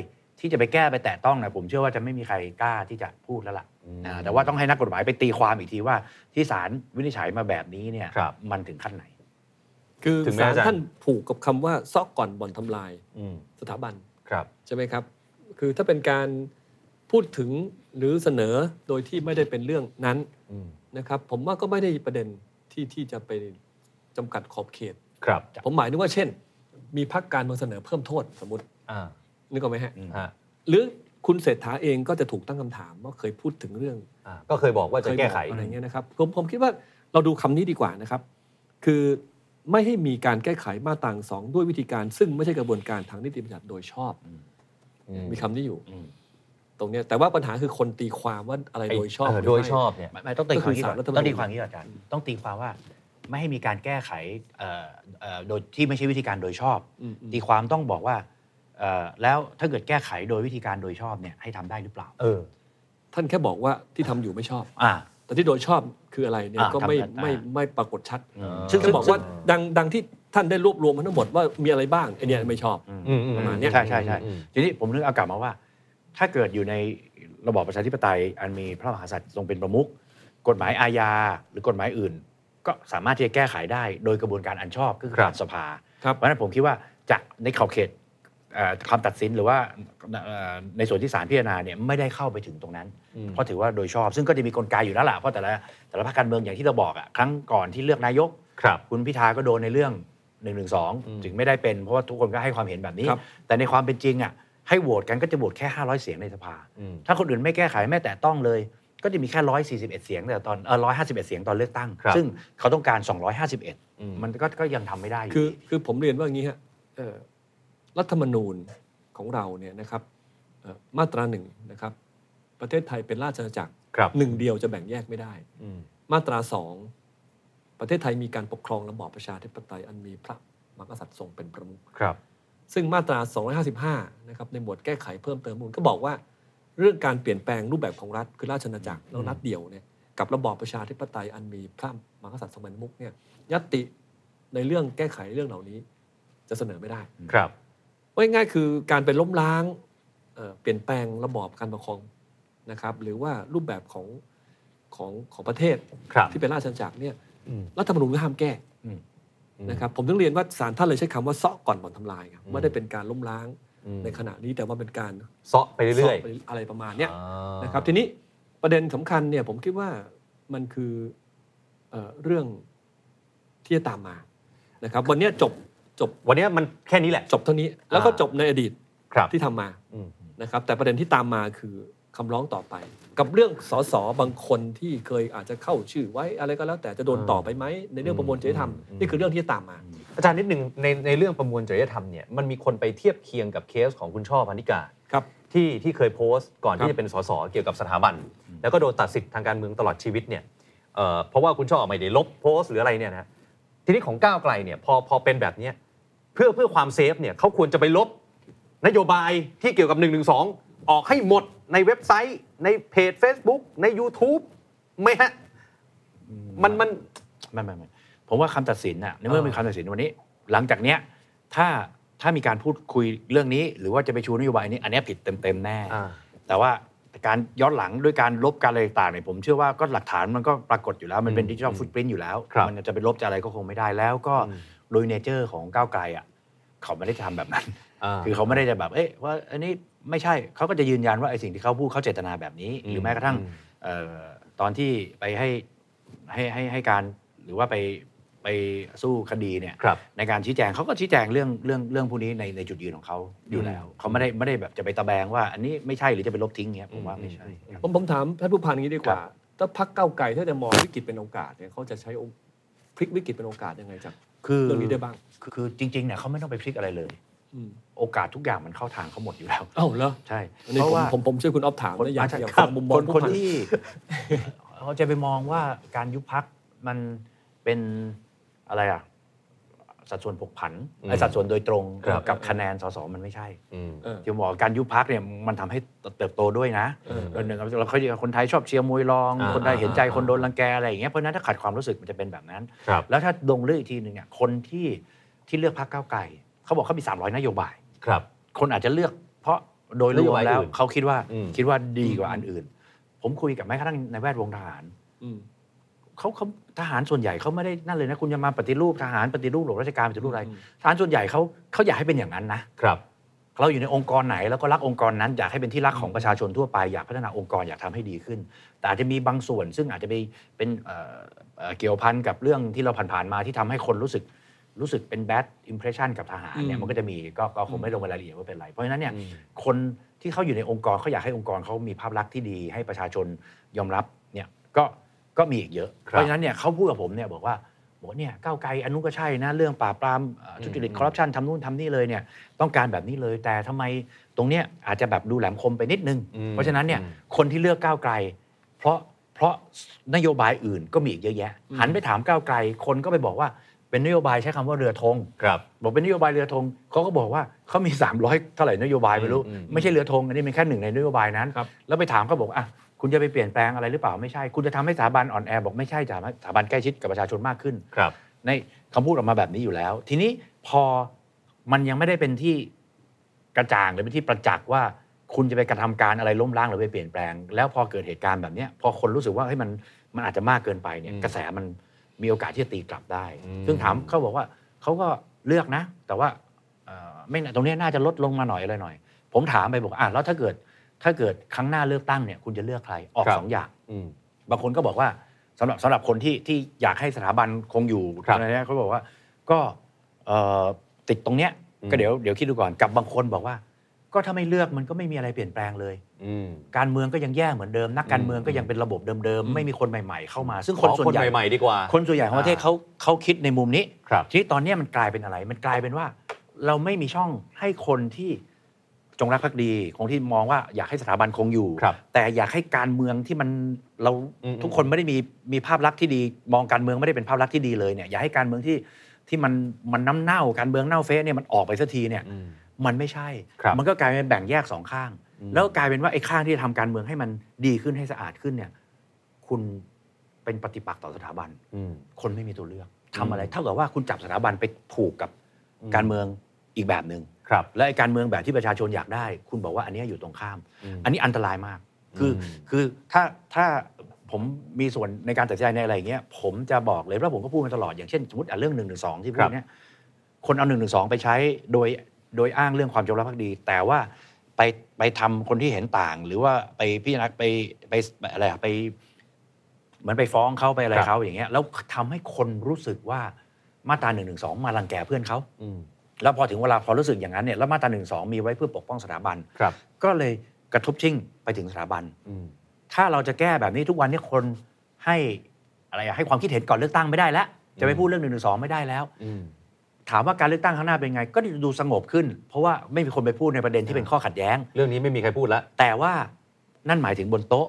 Speaker 6: ที่จะไปแก้ไปแตะต้องนะผมเชื่อว่าจะไม่มีใครกล้าที่จะพูดแล้วล่ะอ่าแต่ว่าต้องให้นักกฎหมายไปตีความอีกทีว่าที่ศาลวินิจฉัยมาแบบนี้เนี่ย
Speaker 2: ครับ
Speaker 6: มันถึงขั้นไหน
Speaker 7: คือ
Speaker 2: ถึงแม้
Speaker 7: ศาล
Speaker 2: อาจารย์
Speaker 7: ท่านผูกกับคำว่าซอกก่อนบ่อนทำลาย
Speaker 2: อืม
Speaker 7: สถาบัน
Speaker 2: ครับ
Speaker 7: ใช่ไหมครับ คือถ้าเป็นการพูดถึงหรือเสนอโดยที่ไม่ได้เป็นเรื่องนั้น
Speaker 2: อืม
Speaker 7: นะครับ ผมว่าก็ไม่ได้ประเด็นที่ที่จะไปจำกัดขอบเขต
Speaker 2: ครับ
Speaker 7: ผมหมายถึงว่าเช่น มีพักการเมืองเสนอเพิ่มโทษสมมติ
Speaker 2: อ่า
Speaker 7: นึกออกไหมฮะ
Speaker 2: ฮะ
Speaker 7: หรือคุณเศรษฐาเองก็จะถูกตั้งคำถามว่าเคยพูดถึงเรื่อง
Speaker 2: อ่าก็เคยบอกว่าจะ
Speaker 7: เคย
Speaker 2: แก้
Speaker 7: บอก
Speaker 2: ไข
Speaker 7: อะไรเงี้ยนะครับผมผมคิดว่าเราดูคำนี้ดีกว่านะครับ คือไม่ให้มีการแก้ไขมาตราสองด้วยวิธีการซึ่งไม่ใช่กระบวนการทางนิติบัญญัติโดยชอบ
Speaker 2: อืม
Speaker 7: มีคำนี้อยู่
Speaker 6: อืม
Speaker 7: ตรงเนี้ยแต่ว่าปัญหาคือคนตีความว่าอะไรโดยชอบหรื
Speaker 2: เโดย
Speaker 7: ไม่
Speaker 2: ชอบเนี่ย
Speaker 6: ไม่ไม่ต้องตี
Speaker 7: ก็
Speaker 6: ค
Speaker 7: คื
Speaker 6: วาม
Speaker 7: อ
Speaker 6: นี้ก่อน
Speaker 7: ศาลรัฐธรรมนูญ
Speaker 6: ต้องตีความนี้ก่อนอาจารย์ต้องตีความว่า ไม่ให้มีการแก้ไขเอ่อเอ่อโดยที่ไม่ใช่วิธีการโดยชอบ
Speaker 7: อืมอืม
Speaker 6: ตีความต้องบอกว่าเอ่อแล้วถ้าเกิดแก้ไขโดยวิธีการโดยชอบเนี่ยให้ทำได้หรือเปล่า
Speaker 2: เออ
Speaker 7: ท่านแค่บอกว่าที่ทำอยู่ไม่ชอบ
Speaker 6: อ่า
Speaker 7: แต่ที่โดยชอบคืออะไรเนี่ย
Speaker 6: อ่า
Speaker 7: ก็ไม่
Speaker 6: ทำแบบ
Speaker 7: ไม่
Speaker 6: อ่า
Speaker 7: ไม่ปรากฏชัด
Speaker 6: อืม
Speaker 2: ซึ่
Speaker 6: ซึ่
Speaker 2: ง
Speaker 6: ง
Speaker 7: ก็บอกว่าดังดังที่ท่านได้รวบรวมมาทั้งหมดว่ามีอะไรบ้างไอเนี่ยไม่ชอบ
Speaker 2: อืมอืม
Speaker 7: ประมาณเนี้ย
Speaker 6: ใช่ใช่ใช่
Speaker 2: อืม
Speaker 6: ทีนี้ผมนึกเอากลับมาว่า ถ้าเกิดอยู่ในระบอบประชาธิปไตย อันมีพระมหากษัตริย์ทรงเป็นประมุขกฎหมายอาญาหรือกฎหมายอื่น ก็สามารถที่จะแก้ไขได้โดยกระบวนการอันชอบก็คือ
Speaker 2: ครับ
Speaker 6: การสภา
Speaker 7: ครับ
Speaker 6: เพราะฉะนั้นผมคิดว่าจากในขอบเขตเอ่อคำตัดสินหรือว่าเอ่อในส่วนที่ศาลพิจารณาเนี่ยไม่ได้เข้าไปถึงตรงนั้น
Speaker 2: อืม
Speaker 6: เพราะถือว่าโดยชอบ ซึ่งก็จะมีกลไกอยู่แล้วล่ะเพราะแต่ละแต่ละพรรคการเมืองอย่างที่เราบอกอะครั้งก่อนที่เลือกนายก
Speaker 2: ครับ
Speaker 6: คุณพิธาก็โดนในเรื่อง1นึ
Speaker 2: อืม
Speaker 6: ถึงไม่ได้เป็นเพราะว่าทุกคนก็ให้ความเห็นแบบนี้
Speaker 7: ครับ
Speaker 6: แต่ในความเป็นจริงอะให้โหวตกันก็จะโหวตแค่ 500 เสียงในสภา
Speaker 2: อืม
Speaker 6: ถ้าคนอื่นไม่แก้ไขแม้แต่ต้องเลย ก็จะมีแค่ 141 เสียงแต่ตอนเออ151 เสียงตอนเลือกตั้ง ซึ่งเขาต้องการ 251
Speaker 2: อืม
Speaker 6: มันก็ก็ยังทำไม่ได้อยู่
Speaker 7: คือ
Speaker 6: ดี
Speaker 7: คือผมเรียนว่าอย่างนี้ฮะเอ่อรัฐธรรมนูญของเราเนี่ยนะครับเอ่อมาตราหนึ่งนะครับ ประเทศไทยเป็นราชอาณาจักร
Speaker 2: ครับ
Speaker 7: หนึ่งเดียวจะแบ่งแยกไม่ได้
Speaker 2: อืม
Speaker 7: มาตราสองประเทศไทยมีการปกครองระบอบประชาธิปไตยอันมีพระมหากษัตริย์ทรงเป็นประมุข
Speaker 2: ครับ
Speaker 7: ซึ่งมาตรา 255 นะครับ ในหมวดแก้ไขเพิ่มเติมมูลก็บอกว่า เรื่องการเปลี่ยนแปลงรูปแบบของรัฐคือราชอาณาจักรแล้วรัฐเดี่ยวเนี่ยกับระบอบประชาธิปไตยอันมีพระมหากษัตริย์ทรงเป็นประมุขเนี่ยยตติในเรื่องแก้ไขเรื่องเหล่านี้ จะเสนอไม่ได้
Speaker 2: ครับ
Speaker 7: ว่าง่ายๆคือการไปล้มล้างเอ่อเปลี่ยนแปลงระบอบการปกครองนะครับ หรือว่ารูปแบบของของของประเทศ
Speaker 2: ครับ
Speaker 7: ที่เป็นราชอาณาจักรเนี่ย
Speaker 2: อืม
Speaker 7: รัฐธรรมนูญก็ห้ามแก้
Speaker 2: อืม
Speaker 7: นะครับผมต้องเรียนว่าศาลท่านเลยใช้คำว่าเซาะก่อนบ่อนทำลายครับ
Speaker 2: อืม
Speaker 7: ไม่ได้เป็นการล้มล้าง
Speaker 2: อืม
Speaker 7: ในขณะนี้แต่ว่าเป็นการ
Speaker 2: เซาะไปเรื่อย
Speaker 7: ซาะไปอะไรประมาณ
Speaker 2: ๆ
Speaker 7: เนี้ย
Speaker 2: อ่า
Speaker 7: นะครับทีนี้ประเด็นสำคัญเนี่ยผมคิดว่ามันคือเอ่อเรื่องที่จะตามมานะครับวันเนี้ยจบจบ
Speaker 2: วันนี้มันแค่นี้แหละ
Speaker 7: จบเท่านี้ แล้วก็
Speaker 2: อ่า
Speaker 7: จบในอดีต
Speaker 2: ครับ
Speaker 7: ที่ทำมา
Speaker 2: อืม
Speaker 7: นะครับแต่ประเด็นที่ตามมาคือคำร้องต่อไป กับเรื่องสสบางคนที่เคยอาจจะเข้าชื่อไว้อะไรก็แล้ว แต่จะโดนต่อไปไหมในเรื่องประมวลจริยธรรมนี่คือเรื่องที่จะตามมา
Speaker 2: อาจารย์นิดหนึ่งในในเรื่องประมวลจริยธรรมเนี่ยมันมีคนไปเทียบเคียงกับเคสของคุณช่อพันธิกา
Speaker 7: ครับ
Speaker 2: ที่ที่เคยโพสต์ก่อน
Speaker 7: ครั
Speaker 2: ที่
Speaker 7: บ
Speaker 2: จะเป็นสสเกี่ยวกับสถาบัน แล้วก็โดนตัดสิทธิ์ทางการเมืองตลอดชีวิตเนี่ยเอ่อเพราะว่าคุณช่อไม่ได้ลบโพสต์หรืออะไรเนี่ยนะทีนี้ของก้าวไกลเนี่ยพอพอเป็นแบบเนี้ยเพื่อเพื่อความเซฟเนี่ยเขาควรจะไปลบ นโยบายที่เกี่ยวกับ1นึออกให้หมดในเว็บไซต์ ในเพจ Facebook ใน YouTube ไหม่ฮะมันมัน
Speaker 6: ไม่ไม่ไม่ผมว่าคำตัดสินน่ะในเมื่อ
Speaker 2: เออ
Speaker 6: มีคำตัดสินวันนี้ หลังจากเนี้ยถ้าถ้ามีการพูดคุยเรื่องนี้ หรือว่าจะไปชูนโยบายนี้อันเนี้ยผิดเต็มๆแน่
Speaker 2: อ่า
Speaker 6: แต่ว่าการย้อนหลังด้วยการลบการอะไรต่างๆเนี่ยผมเชื่อว่าก็หลักฐานมันก็ปรากฏอยู่แล้ว มันเป็น
Speaker 2: อืม
Speaker 6: ดิจิทัลฟุตปรินต์อยู่แล้ว
Speaker 2: ครับ
Speaker 6: มันจะไปลบจะอะไรก็คงไม่ได้แล้วก็
Speaker 2: อืม
Speaker 6: โดยเนเจอร์ของก้าวไกลอ่ะเขาไม่ได้ทำแบบนั้น
Speaker 2: อ่า
Speaker 6: คือเขาไม่ได้จะแบบเอ๊ะว่าอันนี้ไม่ใช่เขาก็จะยืนยันว่าไอ้สิ่งที่เขาพูดเขาเจตนาแบบนี้
Speaker 2: อืม
Speaker 6: หรือแม้กระทั่ง
Speaker 2: อืม
Speaker 6: เอ่อตอนที่ไปให้ให้ให้ให้การหรือว่าไป ไปสู้คดีเนี่ย
Speaker 2: ครับ
Speaker 6: ในการชี้แจงเขาก็ชี้แจงเรื่องเรื่องเรื่องพวกนี้ในในจุดยืนของเขาอยู่แล้ว เขาไม่ได้ไม่ได้แบบจะไปตะแบงว่า อันนี้ไม่ใช่หรือจะไปลบทิ้งเงี้ยผมว่าไม่ใช่ครับ
Speaker 7: ผมผมถามท่านผู้พันอย่างนี้ดีกว่า ถ้าพักเก้าวไกลถ้าจะมองวิกฤตเป็นโอกาสเนี่ยเขาจะใช้โอกพลิกวิกฤตเป็นโอกาสยังไงจาก
Speaker 6: คือ
Speaker 7: เรื่องนี้ได้บ้าง
Speaker 6: คือคือจริงๆเนี่ยเขาไม่ต้องไปพลิกอะไรเลย
Speaker 7: อืม
Speaker 6: โอกาสทุกอย่างมันเข้าทางเขาหมดอยู่แล้ว
Speaker 7: เอ้าเหรอ
Speaker 6: ใช่
Speaker 7: อันนี้
Speaker 6: เพ
Speaker 7: ผม
Speaker 6: ราะว่า
Speaker 7: ผมผมช่วยคุณออฟถาม
Speaker 6: คน
Speaker 7: นะอยากอยาก
Speaker 6: ค
Speaker 7: ฟั
Speaker 6: รับ
Speaker 7: งมุมมอง
Speaker 6: คน
Speaker 7: ผู้
Speaker 6: คน
Speaker 7: พัน
Speaker 6: ที่เขาจะไปมองว่าการยุบพักมันเป็นอะไรอ่ะสัดส่วนผกผัน
Speaker 2: อืม
Speaker 6: ไอ้สัดส่วนโดยตรง
Speaker 2: ครับ
Speaker 6: กับคะแนนสสมันไม่ใช่
Speaker 2: อืม
Speaker 6: ที่ผมบอกการยุบพักเนี่ยมันทำให้เติบโตด้วยนะ
Speaker 7: เออ
Speaker 6: เออหนึ่งเราเขาเรียกว่าคนไทยชอบเชียร์มวยรอง
Speaker 2: อ่า
Speaker 6: คนไทยเห็นใจ
Speaker 2: อ่า
Speaker 6: คนโดนรังแกอะไรอย่างเงี้ยเพราะฉะนั้นถ้าขัดความรู้สึกมันจะเป็นแบบนั้น
Speaker 2: ครับ
Speaker 6: แล้วถ้าลงเลือกอีกทีหนึ่งเนี่ยคนที่ที่เลือกพักก้าวไกลเขาบอกเขามี 300 นโยบาย
Speaker 2: ครับ
Speaker 6: คนอาจจะเลือกเพราะโดยรวม
Speaker 2: นโย
Speaker 6: แล้ว
Speaker 2: บายอื่น
Speaker 6: เขาคิดว่า
Speaker 2: อืม
Speaker 6: คิดว่าดีกว่าอันอื่น ผมคุยกับแม้กระทั่งในแวดวงทหาร
Speaker 7: อืม
Speaker 6: เขาเขาทหารส่วนใหญ่เขาไม่ได้นั่นเลยนะคุณจะมาปฏิรูปทหารปฏิรูปหลวงราชการปฏิรูปอะไร
Speaker 7: อืม
Speaker 6: ทหารส่วนใหญ่เขาเขาอยากให้เป็นอย่างนั้นนะ
Speaker 2: ครับ
Speaker 6: เราอยู่ในองค์กรไหนแล้วก็รักองค์กรนั้นอยากให้เป็นที่รักของประชาชนทั่วไปอยากพัฒนาองค์กรอยากทำให้ดีขึ้น แต่อาจจะมีบางส่วนซึ่งอาจจะไปเป็นเอ่อเอ่อเกี่ยวพันกับเรื่องที่เราผ่านๆมาที่ทำให้คนรู้สึกรู้สึกเป็น bad impression กับทหารเนี่ย
Speaker 7: อืม
Speaker 6: มันก็จะมีก็ก็คงไม่ลงรายละเอียดว่าเป็นไร เพราะฉะนั้นเนี่ย
Speaker 2: อืม
Speaker 6: คนที่เขาอยู่ในองค์กรเขาอยากให้องค์กรเขามีภาพลักษณ์ที่ดีให้ประชาชนยอมรับเนี่ยก็ก็มีอีกเยอะ เพราะฉะนั้นเนี่ยเขาพูดกับผมเนี่ยบอกว่าบอกว่าเนี่ยก้าวไกลอันนู้นก็ใช่นะเรื่องปราบปรามเอ่อทุจริต
Speaker 2: อืม
Speaker 6: คอร์รัปชันทำนู่นทำนี่เลยเนี่ย ต้องการแบบนี้เลยแต่ทำไมตรงเนี้ยอาจจะแบบดูแหลมคมไปนิดนึง
Speaker 2: อืม
Speaker 6: เพราะฉะนั้นเนี่ย
Speaker 2: อืม
Speaker 6: คนที่เลือกก้าวไกล เพราะเพราะนโยบายอื่นก็มีอีกเยอะแยะ หันไปถามก้าวไกล คนก็ไปบอกว่าเป็นนโยบายใช้คำว่าเรือธง
Speaker 2: ครับ
Speaker 6: บอกเป็นนโยบายเรือธงเขาก็บอกว่าเขามี 300 เท่าไหร่นโยบายไม่รู้
Speaker 2: อืมอืม
Speaker 6: ไม่ใช่เรือธงอันนี้เป็นแค่หนึ่งในนโยบายนั้น
Speaker 7: ครับ
Speaker 6: แล้วไปถามเขาบอกว่าอ่ะคุณจะไปเปลี่ยนแปลงอะไรหรือเปล่าไม่ใช่ คุณจะทำให้สถาบันอ่อนแอบอกไม่ใช่จะทำให้สถาบันใกล้ชิดกับประชาชนมากขึ้น
Speaker 2: ครับ
Speaker 6: ในคำพูดออกมาแบบนี้อยู่แล้ว ทีนี้พอมันยังไม่ได้เป็นที่กระจ่างหรือเป็นที่ประจักษ์ว่าคุณจะไปกระทำการอะไรล้มล้างหรือไปเปลี่ยนแปลง แล้วพอเกิดเหตุการณ์แบบเนี้ยพอคนรู้สึกว่าเฮ้ยมันมันอาจจะมากเกินไปเนี่ย
Speaker 2: อืม
Speaker 6: กระแสมันมีโอกาสที่จะตีกลับได้
Speaker 2: อืม
Speaker 6: ซึ่งถามเขาบอกว่าเขาก็เลือกนะ แต่ว่าเอ่อไม่น่าตรงเนี้ยน่าจะลดลงมาหน่อยอะไรหน่อย ผมถามไปบอกอ่ะแล้วถ้าเกิดถ้าเกิดครั้งหน้าเลือกตั้งเนี่ยคุณจะเลือกใครออกสองอย่าง
Speaker 2: อืม
Speaker 6: บางคนก็บอกว่าสำหรับสำหรับคนที่ที่อยากให้สถาบันคงอยู่
Speaker 2: ครับ
Speaker 6: อะไรเนี่ยเขาบอกว่าก็เอ่อติดตรงเนี้ย
Speaker 2: อืม
Speaker 6: ก็เดี๋ยวเดี๋ยวคิดดูก่อนกับบางคนบอกว่า ก็ถ้าไม่เลือกมันก็ไม่มีอะไรเปลี่ยนแปลงเลย
Speaker 2: อืม
Speaker 6: การเมืองก็ยังแย่เหมือนเดิม นักการเมืองก็ยังเป็นระบบเดิม
Speaker 7: อืม
Speaker 6: ๆไม่มีคนใหม่ ๆ เข้ามา ซึ่งคน
Speaker 2: ขอ
Speaker 6: ส่วนใหญ่
Speaker 2: ใหม่ๆดีกว่า
Speaker 6: คนส่วนใหญ่ของประเทศ
Speaker 2: อ่า
Speaker 6: เขาเขาคิดในมุมนี้
Speaker 2: ครับ
Speaker 6: ทีนี้ตอนเนี้ยมันกลายเป็นอะไร มันกลายเป็นว่า เราไม่มีช่องให้คนที่จงรักภักดีคงที่มองว่าอยากให้สถาบันคงอยู่
Speaker 2: ครับ
Speaker 6: แต่อยากให้การเมืองที่มันเรา
Speaker 2: อืม
Speaker 6: ทุกคนไม่ได้มีมีภาพลักษณ์ที่ดี มองการเมืองไม่ได้เป็นภาพลักษณ์ที่ดีเลยเนี่ยอยากให้การเมืองที่ที่มันมันน้ำเน่าการเมืองเน่าเฟะเนี่ยมันออกไปสักทีเนี่ยมันไม่ใช่
Speaker 2: ครับ
Speaker 6: มันก็กลายเป็นแบ่งแยกสองข้าง
Speaker 2: อืม
Speaker 6: แล้วกลายเป็นว่าไอ้ข้างที่จะทำการเมืองให้มันดีขึ้นให้สะอาดขึ้นเนี่ยคุณเป็นปฏิปักษ์ต่อสถาบัน
Speaker 2: อืม
Speaker 6: คนไม่มีตัวเลือก
Speaker 2: อื
Speaker 6: ทำ
Speaker 2: ม
Speaker 6: อะไรเท่ากับว่าคุณจับสถาบันไปผูกกับ
Speaker 2: อืม
Speaker 6: การเมืองอีกแบบหนึง่ง
Speaker 2: ครับ
Speaker 6: และไอ้การเมืองแบบที่ประชาชนอยากได้ คุณบอกว่าอันเนี้ยอยู่ตรงข้าม
Speaker 2: อืม
Speaker 6: อันนี้อันตรายมาก คือ
Speaker 2: อืม
Speaker 6: คือถ้าถ้าผมมีส่วนในการตัดสินใจในอะไรอย่างเงี้ยผมจะบอกเลยเพราะผมก็พูดมาตลอดอย่างเช่นสมมติอ่ะเรื่องหนึ่งหนึ่งสองที่พูดเนี่ยคนเอาหนึ่งหนึ่งสองไปใช้โดยโดยอ้างเรื่องความจงรักภักดี แต่ว่าไปไปทำคนที่เห็นต่าง หรือว่าไปพิจารณาไปไปไปอะไรอะไป เหมือนไปฟ้องเขาไปอะไร
Speaker 2: ครับ
Speaker 6: เขาอย่างเงี้ยแล้วทำให้คนรู้สึกว่ามาตราหนึ่งหนึ่งสองมารังแกเพื่อนเขา
Speaker 2: อืม
Speaker 6: แล้วพอถึงเวลาพอรู้สึกอย่างนั้นเนี่ยแล้วมาตราหนึ่งสองมีไว้เพื่อปกป้องสถาบัน
Speaker 2: ครับ
Speaker 6: ก็เลยกระทบชิ่งไปถึงสถาบัน
Speaker 2: อืม
Speaker 6: ถ้าเราจะแก้แบบนี้ทุกวันนี้คนให้อะไรอะให้ความคิดเห็นก่อนเลือกตั้งไม่ได้แล้ว จะไป
Speaker 2: อืม
Speaker 6: พูดเรื่องหนึ่งหรือสองไม่ได้แล้ว
Speaker 2: อืม
Speaker 6: ถามว่าการเลือกตั้งข้างหน้าเป็นไง ก็ดูสงบขึ้น เพราะว่าไม่มีคนไปพูดในประเด็นที่เป็นข้อขัดแย้ง
Speaker 2: เรื่องนี้ไม่มีใครพูดละ
Speaker 6: แต่ว่านั่นหมายถึงบนโต๊ะ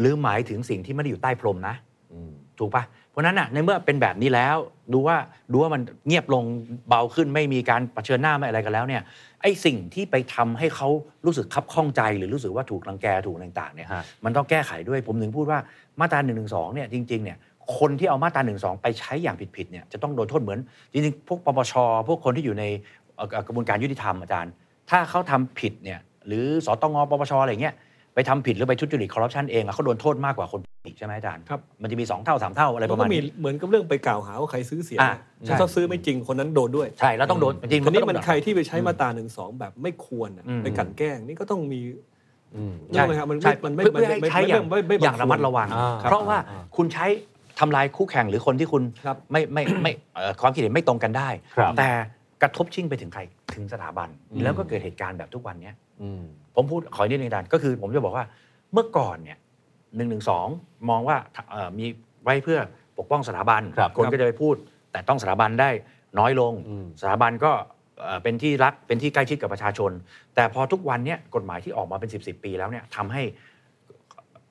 Speaker 6: หรือหมายถึงสิ่งที่ไม่ได้อยู่ใต้พรมนะ
Speaker 2: อืม
Speaker 6: ถูกปะเพราะฉะนั้นน่ะในเมื่อเป็นแบบนี้แล้วดูว่าดูว่ามันเงียบลงเบาขึ้นไม่มีการเผชิญหน้าไม่อะไรกันแล้วเนี่ยไอ้สิ่งที่ไปทำให้เขารู้สึกคับข้องใจหรือรู้สึกว่าถูกรังแกถูกอะไรต่างๆเนี่ย
Speaker 2: ฮะ
Speaker 6: มันต้องแก้ไขด้วยผมถึงพูดว่ามาตรา1นึเนี่ยจริงๆเนี่ยคนที่เอามาตรา1นึไปใช้อย่างผิดๆเนี่ยจะต้องโดนโทษเหมือน จริงๆพวกปปชพวกคนที่อยู่ในเอ่อเอ่อกระบวนการยุติธรรมอาจารย์ ถ้าเขาทำผิดเนี่ยหรือสตงปปชอะไรเงี้ยไปทำผิดหรือไปทุจริตคอร์รัปชันเองอะเขาโดนโทษมากกว่าคนอีกใช่ไหมอาจารย์
Speaker 7: ครับ
Speaker 6: มันจะมีสองเท่าสามเท่าอะไร
Speaker 7: มั
Speaker 6: ประ
Speaker 7: นก็
Speaker 6: มาณ
Speaker 7: มี
Speaker 6: นี้
Speaker 7: เหมือนกับเรื่องไปกล่าวหาว่าใครซื้อเสียง
Speaker 6: อ่ะใช่
Speaker 7: ถ้าซื้อไม่จริงคนนั้นโดนด้วย
Speaker 6: ใช่แล้วต้องโดนจริงๆ
Speaker 7: ที
Speaker 6: ก็
Speaker 7: นี้
Speaker 6: ต้อง
Speaker 7: มัน
Speaker 6: โด
Speaker 7: ใครที่ไปใช้มาตราหนึ่งสองแบบไม่ควรน่ะ
Speaker 6: อืม
Speaker 7: ไปกลันแกล้งนี่ก็ต้องมี
Speaker 2: อืม
Speaker 7: ใช่ไหมครับมันไม่
Speaker 6: ใช่
Speaker 7: มันไม่
Speaker 6: เพื่อให้ใช้อย่าง
Speaker 7: ไม่ไม่ไม่
Speaker 6: อย่างระมัดระวัง
Speaker 2: อ่า
Speaker 6: เพราะว่า
Speaker 2: อ่า
Speaker 6: คุณใช้ ทำลายคู่แข่งหรือคนที่คุณ
Speaker 7: ครับ
Speaker 6: ไม่ไม่ไม่เอ่อความคิดเห็นไม่ตรงกันได้
Speaker 2: ครับ
Speaker 6: แต่กระทบชิ่งไปถึงใครถึงสถาบัน
Speaker 7: อืม
Speaker 6: แล้วก็เกิดเหตุการณ์แบบทุกวันเนี้ย
Speaker 2: อืม
Speaker 6: ผมพูดขออีกนิดนึงอาจารย์ก็คือผมจะบอกว่าเมื่อก่อนเนี่ยหนึ่งหนึ่งสองมองว่าเอ่อมีไว้เพื่อปกป้องสถาบัน
Speaker 2: ครับ
Speaker 6: นก็จะไปพูด แต่ต้องสถาบันได้น้อยลง
Speaker 2: อืม
Speaker 6: สถาบันก็เอ่อเป็นที่รักเป็นที่ใกล้ชิดกับประชาชน แต่พอทุกวันเนี่ยกฎหมายที่ออกมาเป็น 10บสปีแล้วเนี่ยทำให้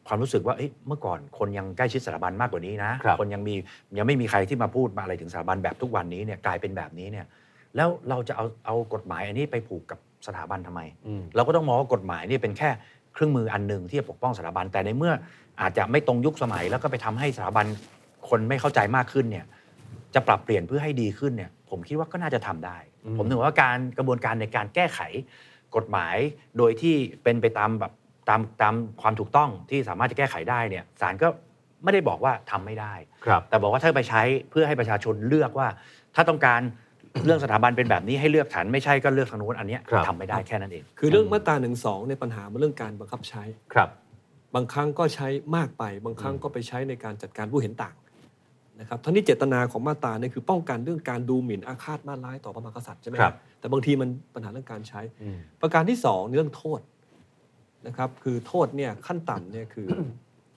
Speaker 6: ความรู้สึกว่าเอ้ยเมื่อก่อนคนยังใกล้ชิดสถาบันมากกว่านี้นะครับ นยังมียังไม่มีใครที่มาพูดมาอะไรถึงสถาบันแบบทุกวันนี้เนี่ยกลายเป็นแบบนี้เนี่ยแล้วเราจะเอาเอากฎหมายอันนี้ไปผูกกับสถาบันทำไม
Speaker 2: อืม
Speaker 6: เราก็ต้องมองว่ากฎหมายเนี่ยเป็นแค่เครื่องมืออันหนึ่งที่จะปกป้องสถาบันแต่ในเมื่ออาจจะไม่ตรงยุคสมัย แล้วก็ไปทำให้สถาบันคนไม่เข้าใจมากขึ้นเนี่ยจะปรับเปลี่ยนเพื่อให้ดีขึ้นเนี่ยผมคิดว่าก็น่าจะทำได้
Speaker 2: อืม
Speaker 6: ผมถึงว่าการกระบวนการในการแก้ไขกฎหมายโดยที่เป็นไปตามแบบตามตามความถูกต้องที่สามารถจะแก้ไขได้เนี่ยศาลก็ไม่ได้บอกว่าทำไม่ได้
Speaker 2: ครับ
Speaker 6: แต่บอกว่าถ้าไปใช้เพื่อให้ประชาชนเลือกว่า ถ้าต้องการ เรื่องสถาบันเป็นแบบนี้ให้เลือกฉันไม่ใช่ก็เลือกทางนู้นอันเนี้ย
Speaker 2: ครับ
Speaker 6: ทำไม่ได้แค่นั้นเอง
Speaker 7: คือเรื่องมาตราหนึ่งสองในยปัญหามันเรื่องการบังคับใช้
Speaker 2: ครับ
Speaker 7: บางครั้งก็ใช้มากไป บางครั้งก็ไปใช้ในการจัดการผู้เห็นต่างนะครับทั้งนี้เจตนาของมาตราเนี่ยคือป้องกันเรื่องการดูหมิ่นอาฆาตมาดร้ายต่อพระมหากษัตริย์ใช่ไหม
Speaker 2: ครับ
Speaker 7: แต่บางทีมันปัญหาเรื่องการใช้
Speaker 2: อืม
Speaker 7: ประการที่สองเรื่องโทษนะครับคือโทษเนี่ยขั้นต่ำเนี่ยคือ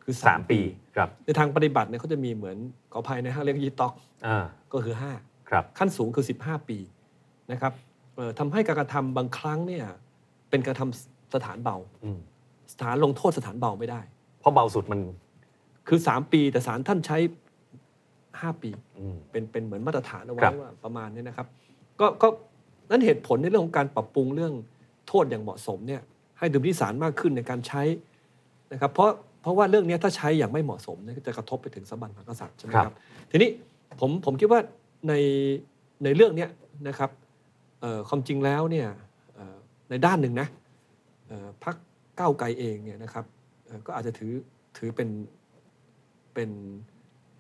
Speaker 7: คือ
Speaker 2: สามปีครับ
Speaker 7: ในทางปฏิบัติเนี่ยเขาจะมีเหมือนขออภัยนะฮะเรียกยีต็อก
Speaker 2: อ่า
Speaker 7: ก็คือห้า
Speaker 2: ครับ
Speaker 7: ขั้นสูงคือ 15 ปีนะครับเอ่อทำให้การกระทำบางครั้งเนี่ยเป็นการกระทำสถานเบา
Speaker 2: อืม
Speaker 7: สถานลงโทษสถานเบาไม่ได้
Speaker 2: เพราะเบาสุดมัน
Speaker 7: คือ 3 ปีแต่สารท่านใช้ 5 ปี
Speaker 2: อืม
Speaker 7: เป็นเป็นเหมือนมาตรฐานเอา
Speaker 2: ค
Speaker 7: ไว้
Speaker 2: รับ
Speaker 7: ว่าประมาณเนี้นะครับก็ก็นั่นเหตุผลในเรื่องของการปรับปรุงเรื่องโทษอย่างเหมาะสมเนี่ยให้ดุลพินิจศาลมากขึ้นในการใช้นะครับเพราะเพราะว่าเรื่องเนี้ยถ้าใช้อย่างไม่เหมาะสมเนี่ยก็จะกระทบไปถึงสถาบันพระมหากษัตริย์ใช่ไหมครับทีนี้ผมผมคิดว่าในในเรื่องเนี้ยนะครับเอ่อความจริงแล้วเนี่ยเอ่อในด้านหนึ่งนะเอ่อพรรคก้าวไกลเองเนี่ยนะครับเอ่อก็อาจจะถือถือเป็นเป็น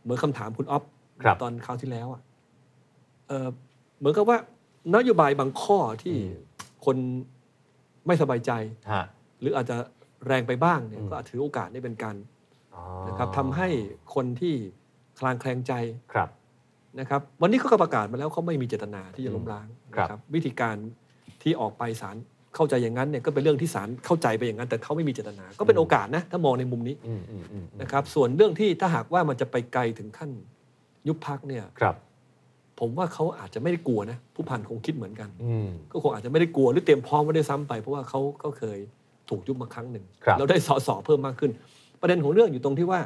Speaker 7: เหมือนคำถามคุณอ๊อฟ
Speaker 2: ครับ
Speaker 7: ตอนคราวที่แล้วอะเอ่อเหมือนกับว่านโยบายบางข้อที่
Speaker 2: อืม
Speaker 7: คนไม่สบายใจ
Speaker 2: ฮะ
Speaker 7: หรืออาจจะแรงไปบ้างเนี่ย
Speaker 2: อืม
Speaker 7: ก็อาจถือโอกาสได้เป็นการ
Speaker 2: อ๋อ
Speaker 7: นะครับทำให้คนที่คลางแคลงใจ
Speaker 2: ครับ
Speaker 7: นะครับ วันนี้เขาก็ประกาศมาแล้วเขาไม่มีเจตนาที่จะล้มล้าง
Speaker 2: ครับ
Speaker 7: นะครับ วิธีการที่ออกไปศาลเข้าใจอย่างนั้นเนี่ยก็เป็นเรื่องที่ศาลเข้าใจไปอย่างนั้น แต่เขาไม่มีเจตนา ก็เป็นโอกาสนะถ้ามองในมุมนี้
Speaker 2: อืมอืมอืม
Speaker 7: นะครับ ส่วนเรื่องที่ถ้าหากว่ามันจะไปไกลถึงขั้นยุบพักเนี่ย
Speaker 2: ครับ
Speaker 7: ผมว่าเขาอาจจะไม่ได้กลัวนะ ผู้พันคงคิดเหมือนกัน
Speaker 2: อืม
Speaker 7: ก็คงอาจจะไม่ได้กลัวหรือเตรียมพร้อมไว้ด้วยซ้ำไป เพราะว่าเขาก็เคยถูกยุบมาครั้งหนึ่ง
Speaker 2: ครับ
Speaker 7: เราได้สอสอเพิ่มมากขึ้น ประเด็นของเรื่องอยู่ตรงที่ว่า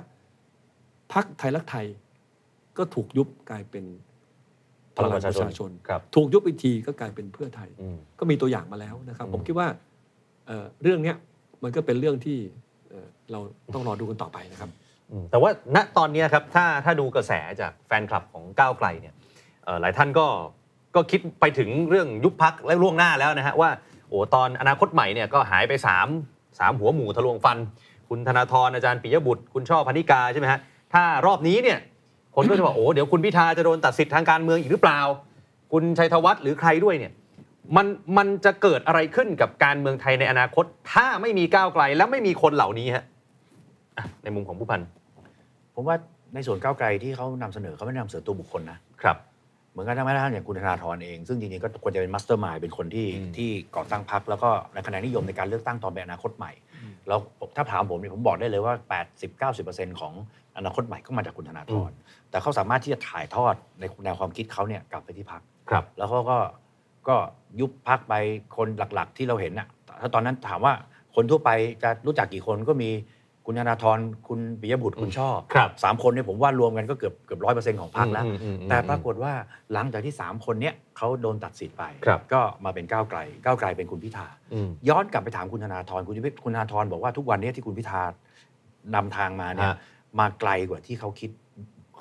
Speaker 7: พักไทยรักไทย ก็ถูกยุบกลายเป็นพลังประชาชน
Speaker 2: ครับ
Speaker 7: ถูกยุบอีกทีก็กลายเป็นเพื่อไทย
Speaker 2: อืม
Speaker 7: ก็มีตัวอย่างมาแล้วนะครับ
Speaker 2: อืม
Speaker 7: ผมคิดว่าเอ่อเรื่องเนี้ยมันก็เป็นเรื่องที่เอ่อเราต้องรอดูกันต่อไปนะครับ
Speaker 2: อืมแต่ว่าณตอนเนี้ยครับถ้าถ้าดูกระแสจากแฟนคลับของก้าวไกลเนี่ยเอ่อหลายท่านก็ก็คิดไปถึงเรื่องยุบพักและล่วงหน้าแล้วนะฮะว่าโอ้ตอนอนาคตใหม่เนี่ยก็หายไป3 3หัวหมูทะลวงฟัน คุณธนาธรอาจารย์ปิยบุตร คุณช่อพนิกาใช่ไหมฮะถ้ารอบนี้เนี่ยคนก็จะบอกโอ้เดี๋ยวคุณพิธาจะโดนตัดสิทธิ์ทางการเมืองอีกหรือเปล่า คุณชัยธวัฒน์หรือใครด้วยเนี่ยมันมันจะเกิดอะไรขึ้นกับการเมืองไทยในอนาคต ถ้าไม่มีก้าวไกลและไม่มีคนเหล่านี้ฮะอ่ะในมุมของผู้พัน
Speaker 6: ผมว่าในส่วนก้าวไกลที่เขานำเสนอเขาไม่ได้นำเสนอตัวบุคคลนะ
Speaker 2: ครับ
Speaker 6: เหมือนกันทั้งแม้กระทั่งอย่างคุณธนาธรเอง ซึ่งจริงๆก็ควรจะเป็นมาสเตอร์มายเป็นคนที่
Speaker 2: อืม
Speaker 6: ที่ก่อตั้งพรรคแล้วก็ในคะแนนนิยมในการเลือกตั้งตอนเป็นอนาคตใหม่ แล้วผมถ้าถามผมเนี่ยผมบอกได้เลยว่า 80-90%ของอนาคตใหม่ก็มาจากคุณธนาธรแต่เขาสามารถที่จะถ่ายทอดในแนวความคิดเขาเนี่ยกลับไปที่พรรค
Speaker 2: ครับ
Speaker 6: แล้วเขาก็ก็ยุบพักไปคนหลักๆ ที่เราเห็นน่ะถ้าตอนนั้นถามว่าคนทั่วไปจะรู้จักกี่คนก็มีคุณธนาธรคุณปิยบุตรคุณช่อ
Speaker 2: ครับ
Speaker 6: สามคนเนี่ยผมว่ารวมกันก็เกือบเกือบร้อยเปอร์เซ็นต์ของพักแล้ว
Speaker 2: อืมอืมอืม
Speaker 6: แต่ปรากฏว่าหลังจากที่ 3 คนเนี้ยเขาโดนตัดสิทธิ์ไป
Speaker 2: ครับ
Speaker 6: ก็มาเป็นก้าวไกล ก้าวไกลเป็นคุณพิธา
Speaker 2: อืม
Speaker 6: ย้อนกลับไปถามคุณธนาธรคุณพิคุณธนาธรบอกว่าทุกวันนี้ที่คุณพิธานำทางมาเนี่ย
Speaker 2: ฮะ
Speaker 6: มาไกลกว่าที่เขาคิด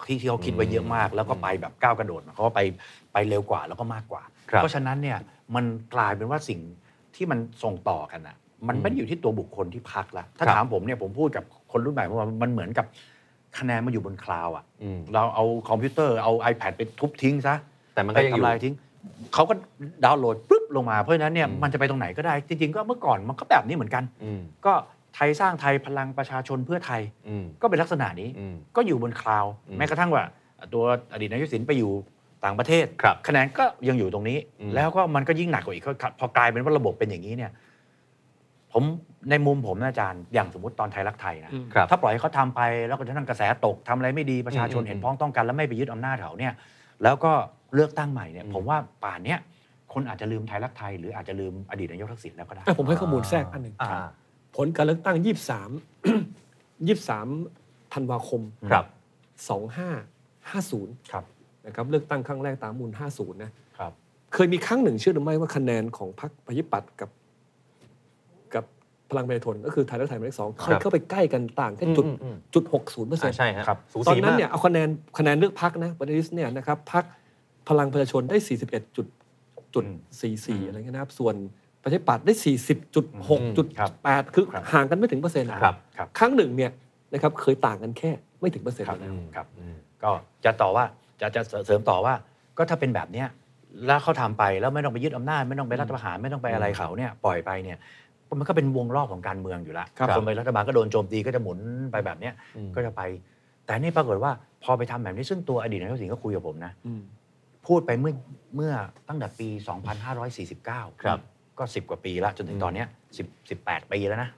Speaker 6: ที่ที่เขาคิดไว้เยอะมาก แล้วก็
Speaker 2: อืม
Speaker 6: ไปแบบก้าวกระโดดหมายเขามว่าไปไปเร็วกว่าแล้วก็มากกว่า
Speaker 2: ครับ
Speaker 6: เพราะฉะนั้นเนี่ยมันกลายเป็นว่าสิ่งที่มันส่งต่อกันอ่ะมันไม่ได้อยู่ที่ตัวบุคคลที่พักละถ้า
Speaker 2: ครับ
Speaker 6: ถามผมเนี่ยผมพูดกับคนรุ่นใหม่ผมว่ามันเหมือนกับคะแนนมาอยู่บนคลาวด์อ่ะ
Speaker 2: อืม
Speaker 6: เราเอาคอมพิวเตอร์เอา iPad ไปทุบทิ้งซะ
Speaker 2: แต่มัน
Speaker 6: ไป
Speaker 2: ก็ยังอยู่
Speaker 6: ทำลายทิ้งเขาก็ดาวน์โหลดปุ๊บลงมาเพราะฉะนั้นเนี่ย
Speaker 2: อืม
Speaker 6: มันจะไปตรงไหนก็ได้จริงๆ ก็เมื่อก่อนมันก็แบบนี้เหมือนกัน
Speaker 2: อืม
Speaker 6: ก็ ไทยสร้างไทยพลังประชาชนเพื่อไทย
Speaker 2: อืม
Speaker 6: ก็เป็นลักษณะนี้
Speaker 2: อืม
Speaker 6: ก็อยู่บนคลาวด์
Speaker 2: อืม
Speaker 6: แม้กระทั่งว่าตัวอดีตนายกทักษิณไปอยู่ต่างประเทศ
Speaker 2: ครับ
Speaker 6: คะแนนก็ยังอยู่ตรงนี้
Speaker 2: อืม
Speaker 6: แล้วก็มันก็ยิ่งหนักกว่าอีกก็พอกลายเป็นว่าระบบเป็นอย่างนี้เนี่ยผมในมุมผมนะอาจารย์อย่างสมมติตอนไทยรักไทยนะ
Speaker 7: อืม
Speaker 2: ครับ
Speaker 6: ถ้าปล่อยให้เขาทำไปแล้วก็จะนั่งกระแสตกทำอะไรไม่ดีประชาชน
Speaker 2: อืม
Speaker 6: เห็นพ้องต้องกันแล้วไม่ไปยึดอำนาจเขาเนี่ยแล้วก็เลือกตั้งใหม่เนี่ย
Speaker 2: อืม
Speaker 6: ผมว่าป่านเนี้ยคนอาจจะลืมไทยรักไทย หรืออาจจะลืมอดีตนายกทักษิณแล้วก็ได้
Speaker 7: อ่ะผมให้ข้อมูลแทรกอันหนึ่ง
Speaker 2: อ่า
Speaker 7: ผลการเลือกตั้ง 23 23ธันวาคม
Speaker 2: ครับ
Speaker 7: 2550
Speaker 6: ครับ
Speaker 7: นะครับเลือกตั้งครั้งแรกตามมูล 50 นะ
Speaker 6: ครับ
Speaker 7: เคยมีครั้งหนึ่งเชื่อหรือไม่ว่าคะแนนของพรรคประชาธิปัตย์กับ กับพลังประชาชนก็คือไทยรักไทยหมายเลขสองเคย
Speaker 2: ครับ
Speaker 7: เข้าไปใกล้กันต่างแค่จุด
Speaker 2: อืมอืม
Speaker 7: จุดหกศูนย์เปอร์เซ็น
Speaker 2: อ่า
Speaker 7: ต์
Speaker 2: ใช่ฮะ
Speaker 6: ครับ
Speaker 2: สู
Speaker 7: ตอน
Speaker 2: สี
Speaker 7: นั้น
Speaker 2: มาก
Speaker 7: เนี่ยเอาคะแนนคะแนนเลือกพรรคนะบัตริสเนี่ยนะครับพรรคพลังประชาชนได้สี่สิบเอ็ดจุดจุดสี่สี่อะไรเงี้ยนะครับ ส่วนประชาธิปัตย์ได้สี่สิบจุดหกจุด
Speaker 6: ครับ
Speaker 7: แปดคือ
Speaker 6: ครับ
Speaker 7: ห่างกันไม่ถึงเปอร์เซ็นต์อะ
Speaker 6: ครับครับ
Speaker 7: ครั้งหนึ่งเนี่ยนะครับเคยต่างกันแค่ไม่ถึงเปอร์เซ็นต์
Speaker 6: ครับ
Speaker 7: แล้ว
Speaker 6: ครับ
Speaker 2: อืม
Speaker 6: ก็จะต่อว่าจะจะเสริมต่อว่าก็ถ้าเป็นแบบเนี้ยแล้วเขาทำไปแล้วไม่ต้องไปยึดอำนาจไม่ต้องไปรัฐประหารไม่ต้องไปอะไรเขาเนี่ยปล่อยไปเนี่ยมันก็เป็นวงรอบของการเมืองอยู่ละ
Speaker 7: ครับ
Speaker 6: นไปรัฐบาลก็โดนโจมตีก็จะหมุนไปแบบเนี้ย
Speaker 2: อืม
Speaker 6: ก็จะไป แต่นี่ปรากฏว่าพอไปทำแบบนี้ซึ่งตัวอดีตนายกทักษิณก็คุยกับผมนะ
Speaker 7: อืม
Speaker 6: พูดไปเมื่อเมื่อตั้งแต่ปี 2549
Speaker 2: ครับ
Speaker 6: ก็ 10 กว่าปีแล้วจนถึ
Speaker 2: อื
Speaker 6: ง
Speaker 2: ม
Speaker 6: ตอนเนี้ย10 18 ปีแล้วนะ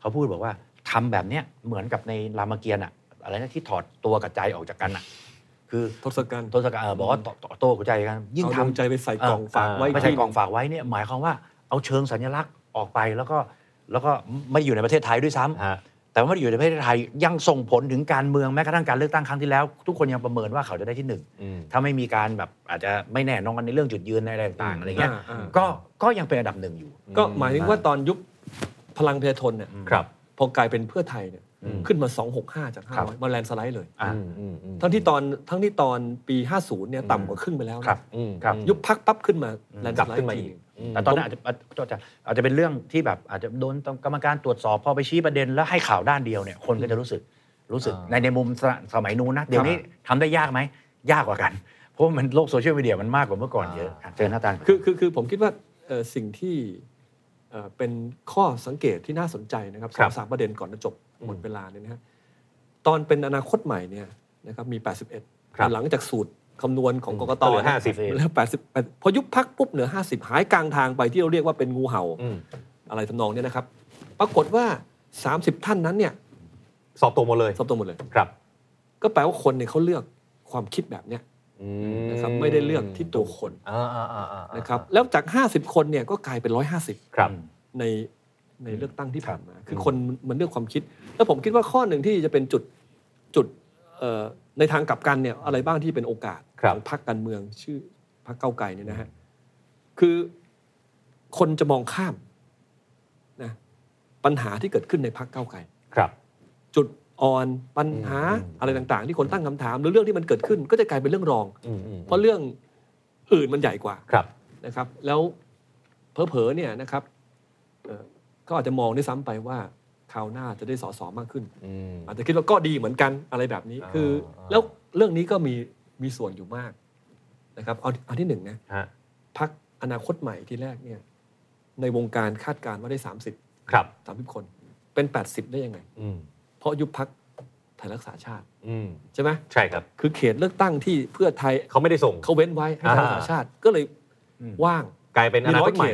Speaker 6: เขาพูดบอกว่าทำแบบเนี้ยเหมือนกับในรามเกียรติอะอะไรนะที่ถอดตัวกับใจออกจากกันอะคือ
Speaker 7: ทศกัณฐ์
Speaker 6: ตัวสกัดเอ่อบอกว่าต่อต่อตัวกับใจกันยิ่ง
Speaker 7: เอาด
Speaker 6: ทำ
Speaker 7: วงใจไปใส่กล่องฝากไว้
Speaker 6: ไม่ใช่กองฝากไว้เนี่ยหมายความว่าเอาเชิงสัญลักษณ์ออกไปแล้วก็แล้วก็ไม่อยู่ในประเทศไทยด้วยซ้ำ
Speaker 2: ฮะ
Speaker 6: แต่ว่าไม่ได้อยู่ในประเทศไทยยังส่งผลถึงการเมืองแม้กระทั่งการเลือกตั้งครั้งที่แล้ว ทุกคนยังประเมินว่าเขาจะได้ที่หนึ่ง
Speaker 2: อืม
Speaker 6: ถ้าไม่มีการแบบอาจจะไม่แน่นอนในเรื่องจุดยืนในอะไรต่างๆอะไรเงี้ย
Speaker 7: อ่า
Speaker 6: ก็ก็ยังเป็นอันดับหนึ่งอยู่
Speaker 7: ก็หมายถึงว่าตอนยุคพลังประชาชนเนี่ย
Speaker 2: ครับ
Speaker 7: พอกลายเป็นเพื่อไทยเนี่ย
Speaker 2: อืม
Speaker 7: ขึ้นมา 265 จาก
Speaker 6: ครับ
Speaker 7: 500 มาแลนด์สไลด์เลย
Speaker 6: อ่ะ
Speaker 2: อืมอืมอืม
Speaker 7: ทั้งที่ตอนทั้งที่ตอนปี 50 เนี่ยต่ำกว่าครึ่งไปแล้วนะครับ
Speaker 2: อืม
Speaker 6: ครับ
Speaker 7: ยุบพักปั๊บขึ้นมา
Speaker 6: อืม
Speaker 7: แลนด์
Speaker 2: ก
Speaker 7: ส
Speaker 2: ลับ
Speaker 7: ไล
Speaker 2: ขึ้น
Speaker 7: ด์
Speaker 2: มา
Speaker 7: ที
Speaker 2: อีก
Speaker 7: หนึ่ง
Speaker 2: อืม
Speaker 6: แต่ตอนนั้นอาจจะอาจจะอาจจะอาจจะเป็นเรื่องที่แบบอาจจะโดนต้องกรรมการตรวจสอบพอไปชี้ประเด็นแล้วให้ข่าวด้านเดียวเนี่ยคนก็จะรู้สึกรู้สึก
Speaker 2: อ่า
Speaker 6: ในในมุมสสมัยนู้นนะเดี๋ยวนี้ทำได้ยากไหมยากกว่ากัน เพราะว่ามันโลกโซเชียลมีเดียมันมากกว่าเมื่อก่อนเยอะ
Speaker 2: อ่า
Speaker 6: เจอหน้าตา
Speaker 7: คือคือคือผมคิดว่าเอ่อสิ่งที่เอ่อเป็นข้อสังเกตที่น่าสนใจนะครับส
Speaker 6: ครั
Speaker 7: อง
Speaker 6: บ
Speaker 7: สามประเด็นก่อนจะจบ
Speaker 2: อืม
Speaker 7: หมดเวลาเนี่ยนะฮะตอนเป็นอนาคตใหม่เนี่ยนะครับมี 81
Speaker 2: ครับ
Speaker 7: แต่หลังจากสูตรคำนวณของกกต
Speaker 2: ก็เหลือ
Speaker 7: นะ
Speaker 2: ห้าสิบเอง
Speaker 7: แล้ว80พอยุบพักปุ๊บเหลือ 50 หายกลางทางไปที่เราเรียกว่าเป็นงูเห่า
Speaker 2: อืม
Speaker 7: อะไรทำนองเนี้ยนะครับ ปรากฏว่า 30 ท่านนั้นเนี่ย
Speaker 2: สอบตกหมดเลย
Speaker 7: สอบตกหมดเลย
Speaker 2: ครับ
Speaker 7: ก็แปลว่าคนเนี่ยเขาเลือกความคิดแบบเนี้ย
Speaker 2: อื
Speaker 7: นะครับไม่ได้เลือกที่ตัวคน
Speaker 2: อ่าอ่าอ่าอ่า
Speaker 7: นะครับแล้วจาก 50 คนเนี่ยก็กลายเป็น 150
Speaker 2: ครับ
Speaker 7: ในในเลือกตั้งที่ผ่านมา คือคนมันเลือกความคิด แล้วผมคิดว่าข้อหนึ่งที่จะเป็นจุดจุดเอ่อในทางกลับกันเนี่ยอะไรบ้างที่เป็นโอกาส
Speaker 2: ครับ
Speaker 7: ของพรรคการเมืองชื่อพรรคเก้าวไกลเนี่ยนะฮะคือคนจะมองข้ามนะปัญหาที่เกิดขึ้นในพรรคเก้าวไกล
Speaker 2: ครับ
Speaker 7: จุดอ่อนปัญหา
Speaker 2: อืม
Speaker 7: อะไรต่างๆ ที่คนตั้งคำถามหรือเรื่องที่มันเกิดขึ้น ก็จะกลายเป็นเรื่องรอง
Speaker 2: อืมอืม
Speaker 7: เพราะเรื่องอื่นมันใหญ่กว่า
Speaker 2: ครับ
Speaker 7: นะครับแล้วเผลอๆเนี่ยนะครับเอ่อก็อาจจะมองได้วยซ้ำไปว่าคราวหน้าจะได้สอสอมากขึ้น
Speaker 2: อืม
Speaker 7: อาจจะคิดว่าก็ดีเหมือนกันอะไรแบบนี้
Speaker 2: อ่า
Speaker 7: คือ
Speaker 2: อ่า
Speaker 7: แล้วเรื่องนี้ก็มีมีส่วนอยู่มากนะครับเอาเอาที่หนึ่งนะ
Speaker 2: ฮะ
Speaker 7: พักอนาคตใหม่ที่แรกเนี่ยในวงการคาดการณ์ว่าได้ 30
Speaker 2: ครับ
Speaker 7: 30 คนเป็น 80 ได้ยังไง
Speaker 2: อืม
Speaker 7: เพราะยุบพักไทยรักษาชาติ
Speaker 2: อืม
Speaker 7: ใช่ไหม
Speaker 2: ใช่ครับ
Speaker 7: คือเขตเลือกตั้งที่เพื่อไทย
Speaker 2: เขาไม่ได้ส่ง
Speaker 7: เขาเว้นไว้ให้ไทยรักษาชาติ ก็เลย
Speaker 6: อืม
Speaker 7: ว่าง
Speaker 2: กลายเป็นอนาคตใหม่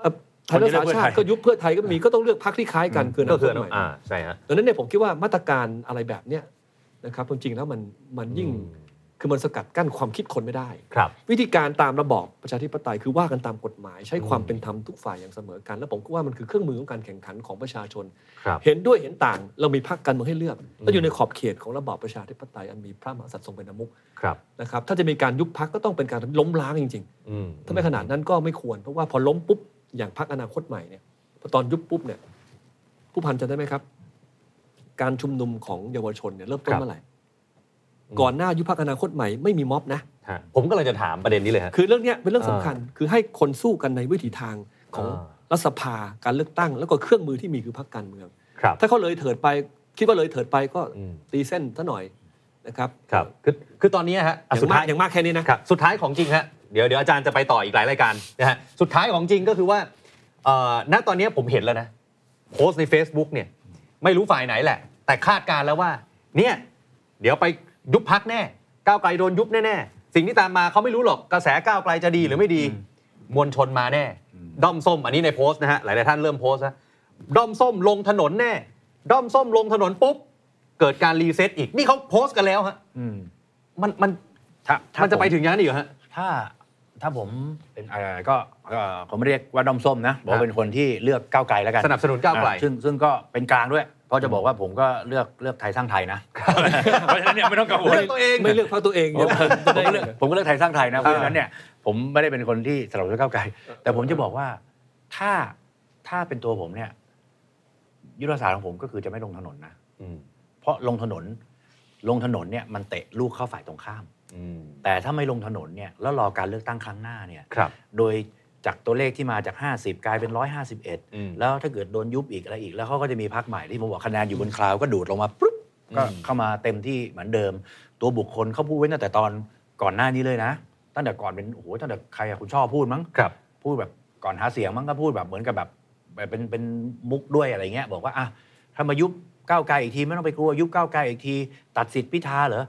Speaker 7: เอ่อไทยรักษาชาติก็ยุบเพื่อไทยก็มีก็ต้องเลือกพรรคที่คล้ายกันคืออ
Speaker 2: ก็
Speaker 7: นาค
Speaker 2: คือ
Speaker 7: ต
Speaker 2: อ
Speaker 7: ใหม่
Speaker 2: อ่าใช่ฮะ
Speaker 7: ดังนั้นเนี่ยผมคิดว่ามาตรการอะไรแบบเนี้ยนะครับจริงๆแล้วมันมันยิ่ง
Speaker 2: อืม
Speaker 7: คือมันสกัดกั้นความคิดคนไม่ได้
Speaker 2: ครับ
Speaker 7: วิธีการตามระบอบประชาธิปไตยคือว่ากันตามกฎหมาย ใช้
Speaker 2: อืม
Speaker 7: ความเป็นธรรมทุกฝ่ายอย่างเสมอกัน และผมก็ว่ามันคือเครื่องมือของการแข่งขันของประชาชน
Speaker 2: ครับ
Speaker 7: เห็นด้วยเห็นต่าง เรามีพรรคการเมืองให้เลือกและอยู่ในขอบเขตของระบอบประชาธิปไตยอันมีพระมหากษัตริย์ทรงเป็นประมุข
Speaker 2: ครับ
Speaker 7: นะครับถ้าจะมีการยุบพรรคก็ต้องเป็นการล้มล้างจริง ๆ
Speaker 2: อืม
Speaker 7: ถ้าไม่ขนาดนั้นก็ไม่ควร เพราะว่าพอล้มปุ๊บ อย่างพักอนาคตใหม่เนี่ยพอตอนยุบปุ๊บเนี่ยผู้พันจะได้ไหมครับ การชุมนุมของเยาวชนเนี่ยเริ่มต้นเมื่อไหร่ ก่อนหน้ายุบพักอนาคตใหม่ไม่มีม็อบนะ
Speaker 2: ฮะผมก็เลยจะถามประเด็นนี้เลยฮะ
Speaker 7: คือเรื่องเนี้ยเป็นเรื่องสำคัญ คือให้คนสู้กันในวิถีทางของ
Speaker 2: อ่า
Speaker 7: รัฐสภาการเลือกตั้ง แล้วก็เครื่องมือที่มีคือพักการเมือง
Speaker 2: ครับ
Speaker 7: ถ้าเขาเลยเถิดไปคิดว่าเลยเถิดไปก็
Speaker 2: อืม
Speaker 7: ตีเส้นซะหน่อยนะครับ
Speaker 2: ครับ คือคือตอนนี้ฮะ
Speaker 7: อ
Speaker 2: อ่ะ
Speaker 7: ย่า
Speaker 2: สุ
Speaker 7: ง
Speaker 2: ด
Speaker 7: มาก
Speaker 2: ท้าย
Speaker 7: อย่างมากแค่นี้นะ
Speaker 2: ครับสุดท้ายของจริงฮะเดี๋ยวเดี๋ยวอาจารย์จะไปต่ออีกหลายรายการนะฮะสุดท้ายของจริงก็คือว่าเอ่อณตอนนี้ผมเห็นแล้วนะ โพสต์ใน Facebook เนี่ยไม่รู้ฝ่ายไหนแหละ แต่คาดการณ์แล้วว่า เนี่ยเดี๋ยวไปยุบพักแน่ก้าวไกลโดนยุบแน่ๆสิ่งที่ตามมาเขาไม่รู้หรอกกระแสก้าวไกลจะดีหรือไม่ดี
Speaker 6: อืม
Speaker 2: มวลชนมาแน่ ด้อมส้มอันนี้ในโพสต์นะฮะหลายๆท่านเริ่มโพสต์นะด้อมส้มลงถนนแน่ ด้อมส้มลงถนนปุ๊บ เกิดการรีเซ็ตอีก นี่เขาโพสต์กันแล้วฮะ
Speaker 6: อืม
Speaker 2: มันมัน
Speaker 6: ถ้าถ้า
Speaker 2: มันจะไป
Speaker 6: ผ
Speaker 2: ถึงอย่างนั้นอีกเหรอฮะ
Speaker 6: ถ้าถ้าผมเป็นเอ่อก็เอ่อผมไม่เรียกว่าดอมส้มนะบอกว่าเป็นคนที่เลือกก้าวไกลแล้วกัน
Speaker 2: สนับสนุนก้าวไกล
Speaker 6: อ่ะซึ่งซึ่งก็เป็นกลางด้วย เพราะจะบอกว่าผมก็เลือกเลือกไทยสร้างไทยนะเพราะฉะนั้นเนี่ยไม่ต้องกังวล
Speaker 2: เลือกตัวเอง
Speaker 7: ไม่เลือกพรรคตัวเอง
Speaker 6: ผม
Speaker 7: เนี่ย
Speaker 6: ผมก็เลือกผมก็เลือกไทยสร้างไทยนะเพราะ
Speaker 2: อ่า
Speaker 6: ฉะนั้นเนี่ยผมไม่ได้เป็นคนที่สนับสนุนก้าวไกล แต่ผมจะบอกว่าถ้าถ้าเป็นตัวผมเนี่ย ยุทธศาสตร์ของผมก็คือจะไม่ลงถนนนะ
Speaker 2: อืม
Speaker 6: เพราะลงถนนลงถนนเนี่ยมันเตะลูกเข้าฝ่ายตรงข้าม
Speaker 2: อืม
Speaker 6: แต่ถ้าไม่ลงถนนเนี่ยแล้วรอการเลือกตั้งครั้งหน้าเนี่ย
Speaker 2: ครับ
Speaker 6: โดยจากตัวเลขที่มาจาก 50 กลายเป็น 151
Speaker 2: อืม
Speaker 6: แล้วถ้าเกิดโดนยุบอีกอะไรอีก แล้วเขาก็จะมีพักใหม่ที่ผมบอกคะแนนอยู่บนคลาวก็ดูดลงมาปุ๊บก็
Speaker 2: อืม
Speaker 6: เข้ามาเต็มที่เหมือนเดิม ตัวบุคคลเขาพูดไว้ตั้งแต่ตอนก่อนหน้านี้เลยนะ ตั้งแต่ก่อนเป็นโอ้โหตั้งแต่ใครอะคุณชอบพูดมั้ง
Speaker 2: ครับ
Speaker 6: พูดแบบก่อนหาเสียงมั้งก็พูดแบบเหมือนกับแบบแบบเป็นเป็นมุกด้วยอะไรเงี้ย บอกว่าอ่ะถ้ามายุบก้าวไกลอีกทีไม่ต้องไปกลัวยุบก้าวไกลอีกที ตัดสิทธิ์พิธาเหรอ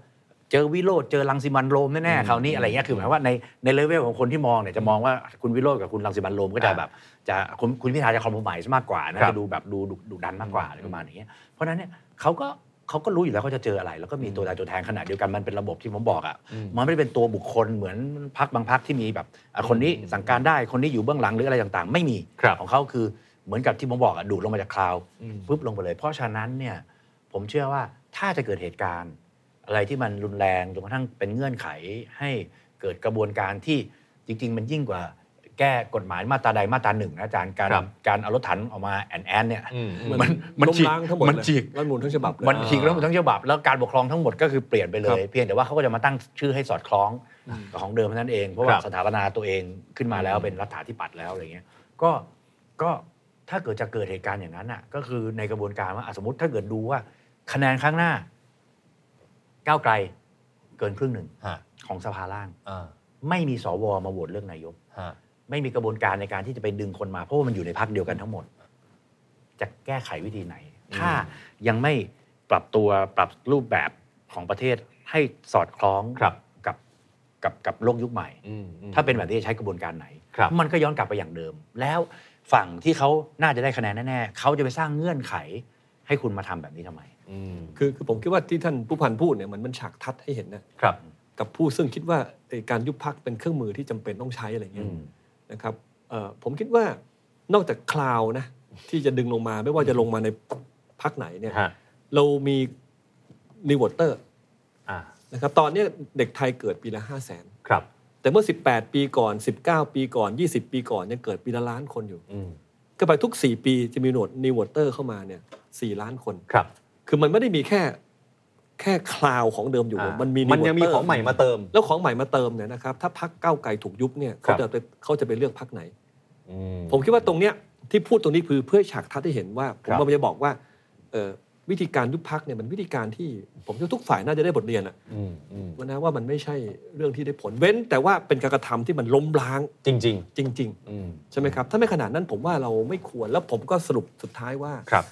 Speaker 6: เจอวิโรจน์เจอลังสิมันต์โรมแน่
Speaker 2: อืม
Speaker 6: ๆคราวนี้อะไรเงี้ยคือหมายว่าในในเลเวลของคนที่มองเนี่ยจะมองว่าคุณวิโรจน์กับคุณลังสิมันต์โรมก็จะ
Speaker 2: อ่า
Speaker 6: แบบจะคุณคุณพิธาจะคอมพลไมซ์มากกว่านะครับ จะดูแบบดูดุดุดันมากกว่าอะไรประมาณอย่างเงี้ยเพราะฉะนั้นเนี่ยเขาก็เขาก็รู้อยู่แล้วเขาจะเจออะไร แล้วก็มีตัวตายตัวแทนขนาดเดียวกันมันเป็นระบบที่ผมบอกอ่ะ
Speaker 2: อืม
Speaker 6: มันไม่ได้เป็นตัวบุคคลเหมือนพักบางพักที่มีแบบอ่ะคนนี้สั่งการ ได้คนที่อยู่เบื้องหลังหรืออะไรต่างๆ ไม่มี
Speaker 2: ครับ
Speaker 6: ของเขาคือเหมือนกับที่ผมบอกอะดูดลงมาจากคลาวด์
Speaker 2: อืม
Speaker 6: ปุ๊บลงไปเลย เพราะฉะนั้นเนี่ยผมเชื่อว่าถ้าจะเกิดเหตุการณ์ อะไรที่มันรุนแรงจนกระทั่งเป็นเงื่อนไขให้เกิดกระบวนการที่จริง ๆ มันยิ่งกว่าแก้กฎหมายมาตราใดมาตราหนึ่งนะอาจารย์การ
Speaker 2: ครับ
Speaker 6: การเอารถถังออกมาแอนแอนเนี่ย
Speaker 2: อืมอืม
Speaker 6: มันมัน
Speaker 7: ล้ม
Speaker 6: ฉีก
Speaker 7: ล้างทั้งหมด
Speaker 6: มัน
Speaker 7: เลย
Speaker 6: ฉีก
Speaker 7: รัฐธรรมนูลทั้งฉบับเลย
Speaker 6: มันทิ้งแล้วมันทั้งฉบับแล้วการปกครองทั้งหมดก็คือเปลี่ยนไปเล
Speaker 7: ครั
Speaker 6: ย
Speaker 7: บ
Speaker 6: เพียงแต่ว่าเขาก็จะมาตั้งชื่อให้สอดคล้องกับของเดิมเท่านั้นเองเพราะ
Speaker 2: ค
Speaker 6: ว่า
Speaker 2: รับ
Speaker 6: สถาปนาตัวเองขึ้นมาแล้ว
Speaker 2: อืม
Speaker 6: เป็นรัฐาธิปัตย์แล้วอะไรเงี้ยก็ก็ถ้าเกิดจะเกิดเหตุการณ์อย่างนั้นอ่ะ ก็คือในกระบวนการว่าอ่ะสมมติถ้าเกิดดูว่า คะแนนข้างหน้าก้าวไกลเกินครึ่งหนึ่ง
Speaker 2: ฮะ
Speaker 6: ของสภาล่าง
Speaker 2: อ่า
Speaker 6: ไม่มีสวมาโหวตเลือกนายก
Speaker 2: ฮะ
Speaker 6: ไม่มีกระบวนการในการที่จะไปดึงคนมาเพราะว่ามันอยู่ในพักเดียวกันทั้งหมด จะแก้ไขวิธีไหน ถ้ายังไม่ปรับตัวปรับรูปแบบของประเทศให้สอดคล้อง
Speaker 2: ครับ
Speaker 6: กับกับกับโลกยุคใหม่
Speaker 2: อืมอืม
Speaker 6: ถ้าเป็นแบบนี้จะใช้กระบวนการไหน
Speaker 2: ครับ
Speaker 6: มันก็ย้อนกลับไปอย่างเดิม แล้วฝั่งที่เขาน่าจะได้คะแนนแน่ๆเขาจะไปสร้างเงื่อนไข ให้คุณมาทำแบบนี้ทำไม
Speaker 2: อืม
Speaker 7: คือคือผมคิดว่าที่ท่านผู้พันพูดเนี่ยมันมันฉากทัดให้เห็นนะครับ กับผู้ซึ่งคิดว่าเอ่อการยุบพักเป็นเครื่องมือที่จำเป็นต้องใช้อะไร
Speaker 2: อื
Speaker 7: เงี้ย
Speaker 2: ม
Speaker 7: นะครับเอ่อผมคิดว่านอกจากคลาวนะที่จะดึงลงมาไม่ว่าจะลงมาในพักไหนเนี่ย
Speaker 2: ฮะ
Speaker 7: เรามีนิวเตอร์
Speaker 2: อ่า
Speaker 7: นะครับตอนเนี้ยเด็กไทยเกิดปีละ 5 0 0 0 0น
Speaker 2: ครับ
Speaker 7: แต่เมื่อ 18 ปีก่อน 19 ปีก่อน 20 ปีก่อนยังเกิดปีละล้านคนอยู่
Speaker 2: อืม
Speaker 7: ก็ไปทุก 4 ปีจะมีหนวดนิวเตอร์เข้ามาเนี่ยสล้านคน
Speaker 2: ครับ
Speaker 7: คือมันไม่ได้มีแค่แค่คลาวของเดิมอยู่
Speaker 2: อ่า
Speaker 7: มันมี
Speaker 2: มันยังมี
Speaker 7: Newater
Speaker 2: ของใหม่มาเติม
Speaker 7: แล้วของใหม่มาเติมเนี่ยนะครับถ้าพักก้าวไกลถูกยุบเนี่ย
Speaker 2: ครั
Speaker 7: เขา
Speaker 2: บ
Speaker 7: จะไปเขาจะไปเลือกพักไหน
Speaker 2: อื
Speaker 7: ผมคิดว่าตรงเนี้ยที่พูดตรงนี้คือเพื่อให้ฉากทัดให้เห็นว่า ผม
Speaker 2: ครับ
Speaker 7: กำลังจะบอกว่าเอ่อวิธีการยุบพักเนี่ยมันวิธีการที่ผมคิดว่าทุกฝ่ายน่าจะได้บทเรียนอะ
Speaker 2: อืมอืม
Speaker 7: ว่านะว่ามันไม่ใช่เรื่องที่ได้ผลเว้น แต่ว่าเป็นการกระทำที่มันล้มล้าง
Speaker 2: จริงจริง
Speaker 7: จริง
Speaker 2: ๆอืม
Speaker 7: ๆ ใช่ไหมครับ ถ้าไม่ขนาดนั้นผมว่าเราไม่ควรแล้วผมก็สรุปสุดท้ายว่า
Speaker 2: ครับ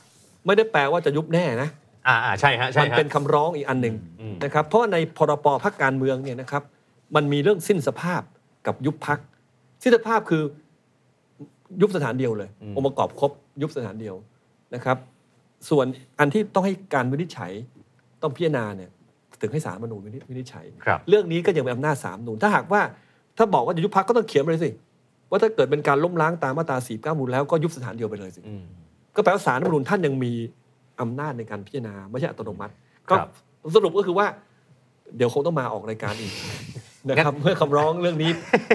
Speaker 7: ไม่ได้แปลว่าจะยุบแน่นะ
Speaker 2: อ่าอ่าใช่ฮะใช่
Speaker 7: มั
Speaker 2: ฮะ
Speaker 7: เป็นคำร้องอีกอันหนึ่ง
Speaker 2: อืม
Speaker 7: นะครับเพราะว่าในพรบพักการเมืองเนี่ยนะครับมันมีเรื่องสิ้นสภาพกับยุบพักสิ้นสภาพคือ ยุบสถานเดียวเลย
Speaker 2: อืม
Speaker 7: องค์ประกอบครบยุบสถานเดียวนะครับ ส่วนอันที่ต้องให้การวินิจฉัยต้องพิจารณาเนี่ยถึงให้สาลรฐธรรมนูญวินิจวินิจฉัย
Speaker 2: ครับ
Speaker 7: เรื่องนี้ก็ยังเป็นอำนาจสาลรฐธรรมนูญถ้าหากว่าถ้าบอกว่าจะยุบพักก็ต้องเขียนไปเลยสิว่าถ้าเกิดเป็นการล้มล้างตามมาตราสีเก้ามูลแล้วก็ยุบสถานเดียวไปเลยสิ
Speaker 2: อืม
Speaker 7: ก็แปลว่าสาลรฐธรรมนูญท่านยังมีอำนาจในการพิจารณาไม่ใช่อัตโนมัติ
Speaker 2: ครั
Speaker 7: ก็
Speaker 2: บ
Speaker 7: สรุปก็คือว่า เดี๋ยวคงต้องมาออกรายการอี กนะครับเมื่อคำร้องเรื่องนี้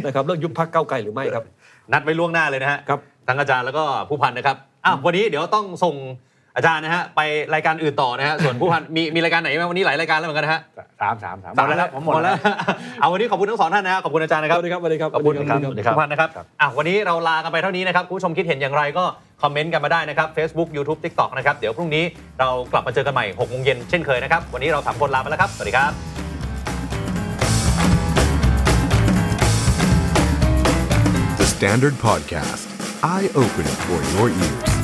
Speaker 7: นะครับเรื่องยุบพักเก้าวไกลหรือไม่ครับ
Speaker 2: นัดไว้ล่วงหน้าเลยนะฮะ
Speaker 7: ครับ
Speaker 2: ทั้งอาจารย์แล้วก็ผู้พันนะครับอ้าววันนี้เดี๋ยวต้องส่งอาจารย์นะฮะไปรายการอื่นต่อนะฮะส่วนผู้พันมีมีรายการไหนไหมวันนี้หลายรายการแล้วเหมือนกันนะฮะ
Speaker 6: สามสามสามหมดแล้วครับผมหมดแล้ว
Speaker 2: เอาวันนี้ขอบคุณทั้งสองท่านนะฮะขอบคุณอาจารย์นะ
Speaker 7: ส
Speaker 2: ครับ
Speaker 7: วัสดีครับสวัสดีครับ
Speaker 2: ขอบคุณครับ
Speaker 6: สวัสดี
Speaker 2: ข
Speaker 6: ค
Speaker 2: อ
Speaker 6: รับบ
Speaker 2: คุณนะครับ
Speaker 6: ครับ
Speaker 2: อ่ะวันนี้เราลากันไปเท่านี้นะครับคุณผู้ชมคิดเห็นอย่างไรก็คอมเมนต์กันมาได้นะครับ Facebook YouTube TikTok นะครับ เดี๋ยวพรุ่งนี้เรากลับมาเจอกันใหม่6โมงเย็นเช่นเคยนะครับ วันนี้เราสามคนลาไปแล้วครับ สวัสดีครับ
Speaker 1: The Standard Podcast, eye opening for your ears.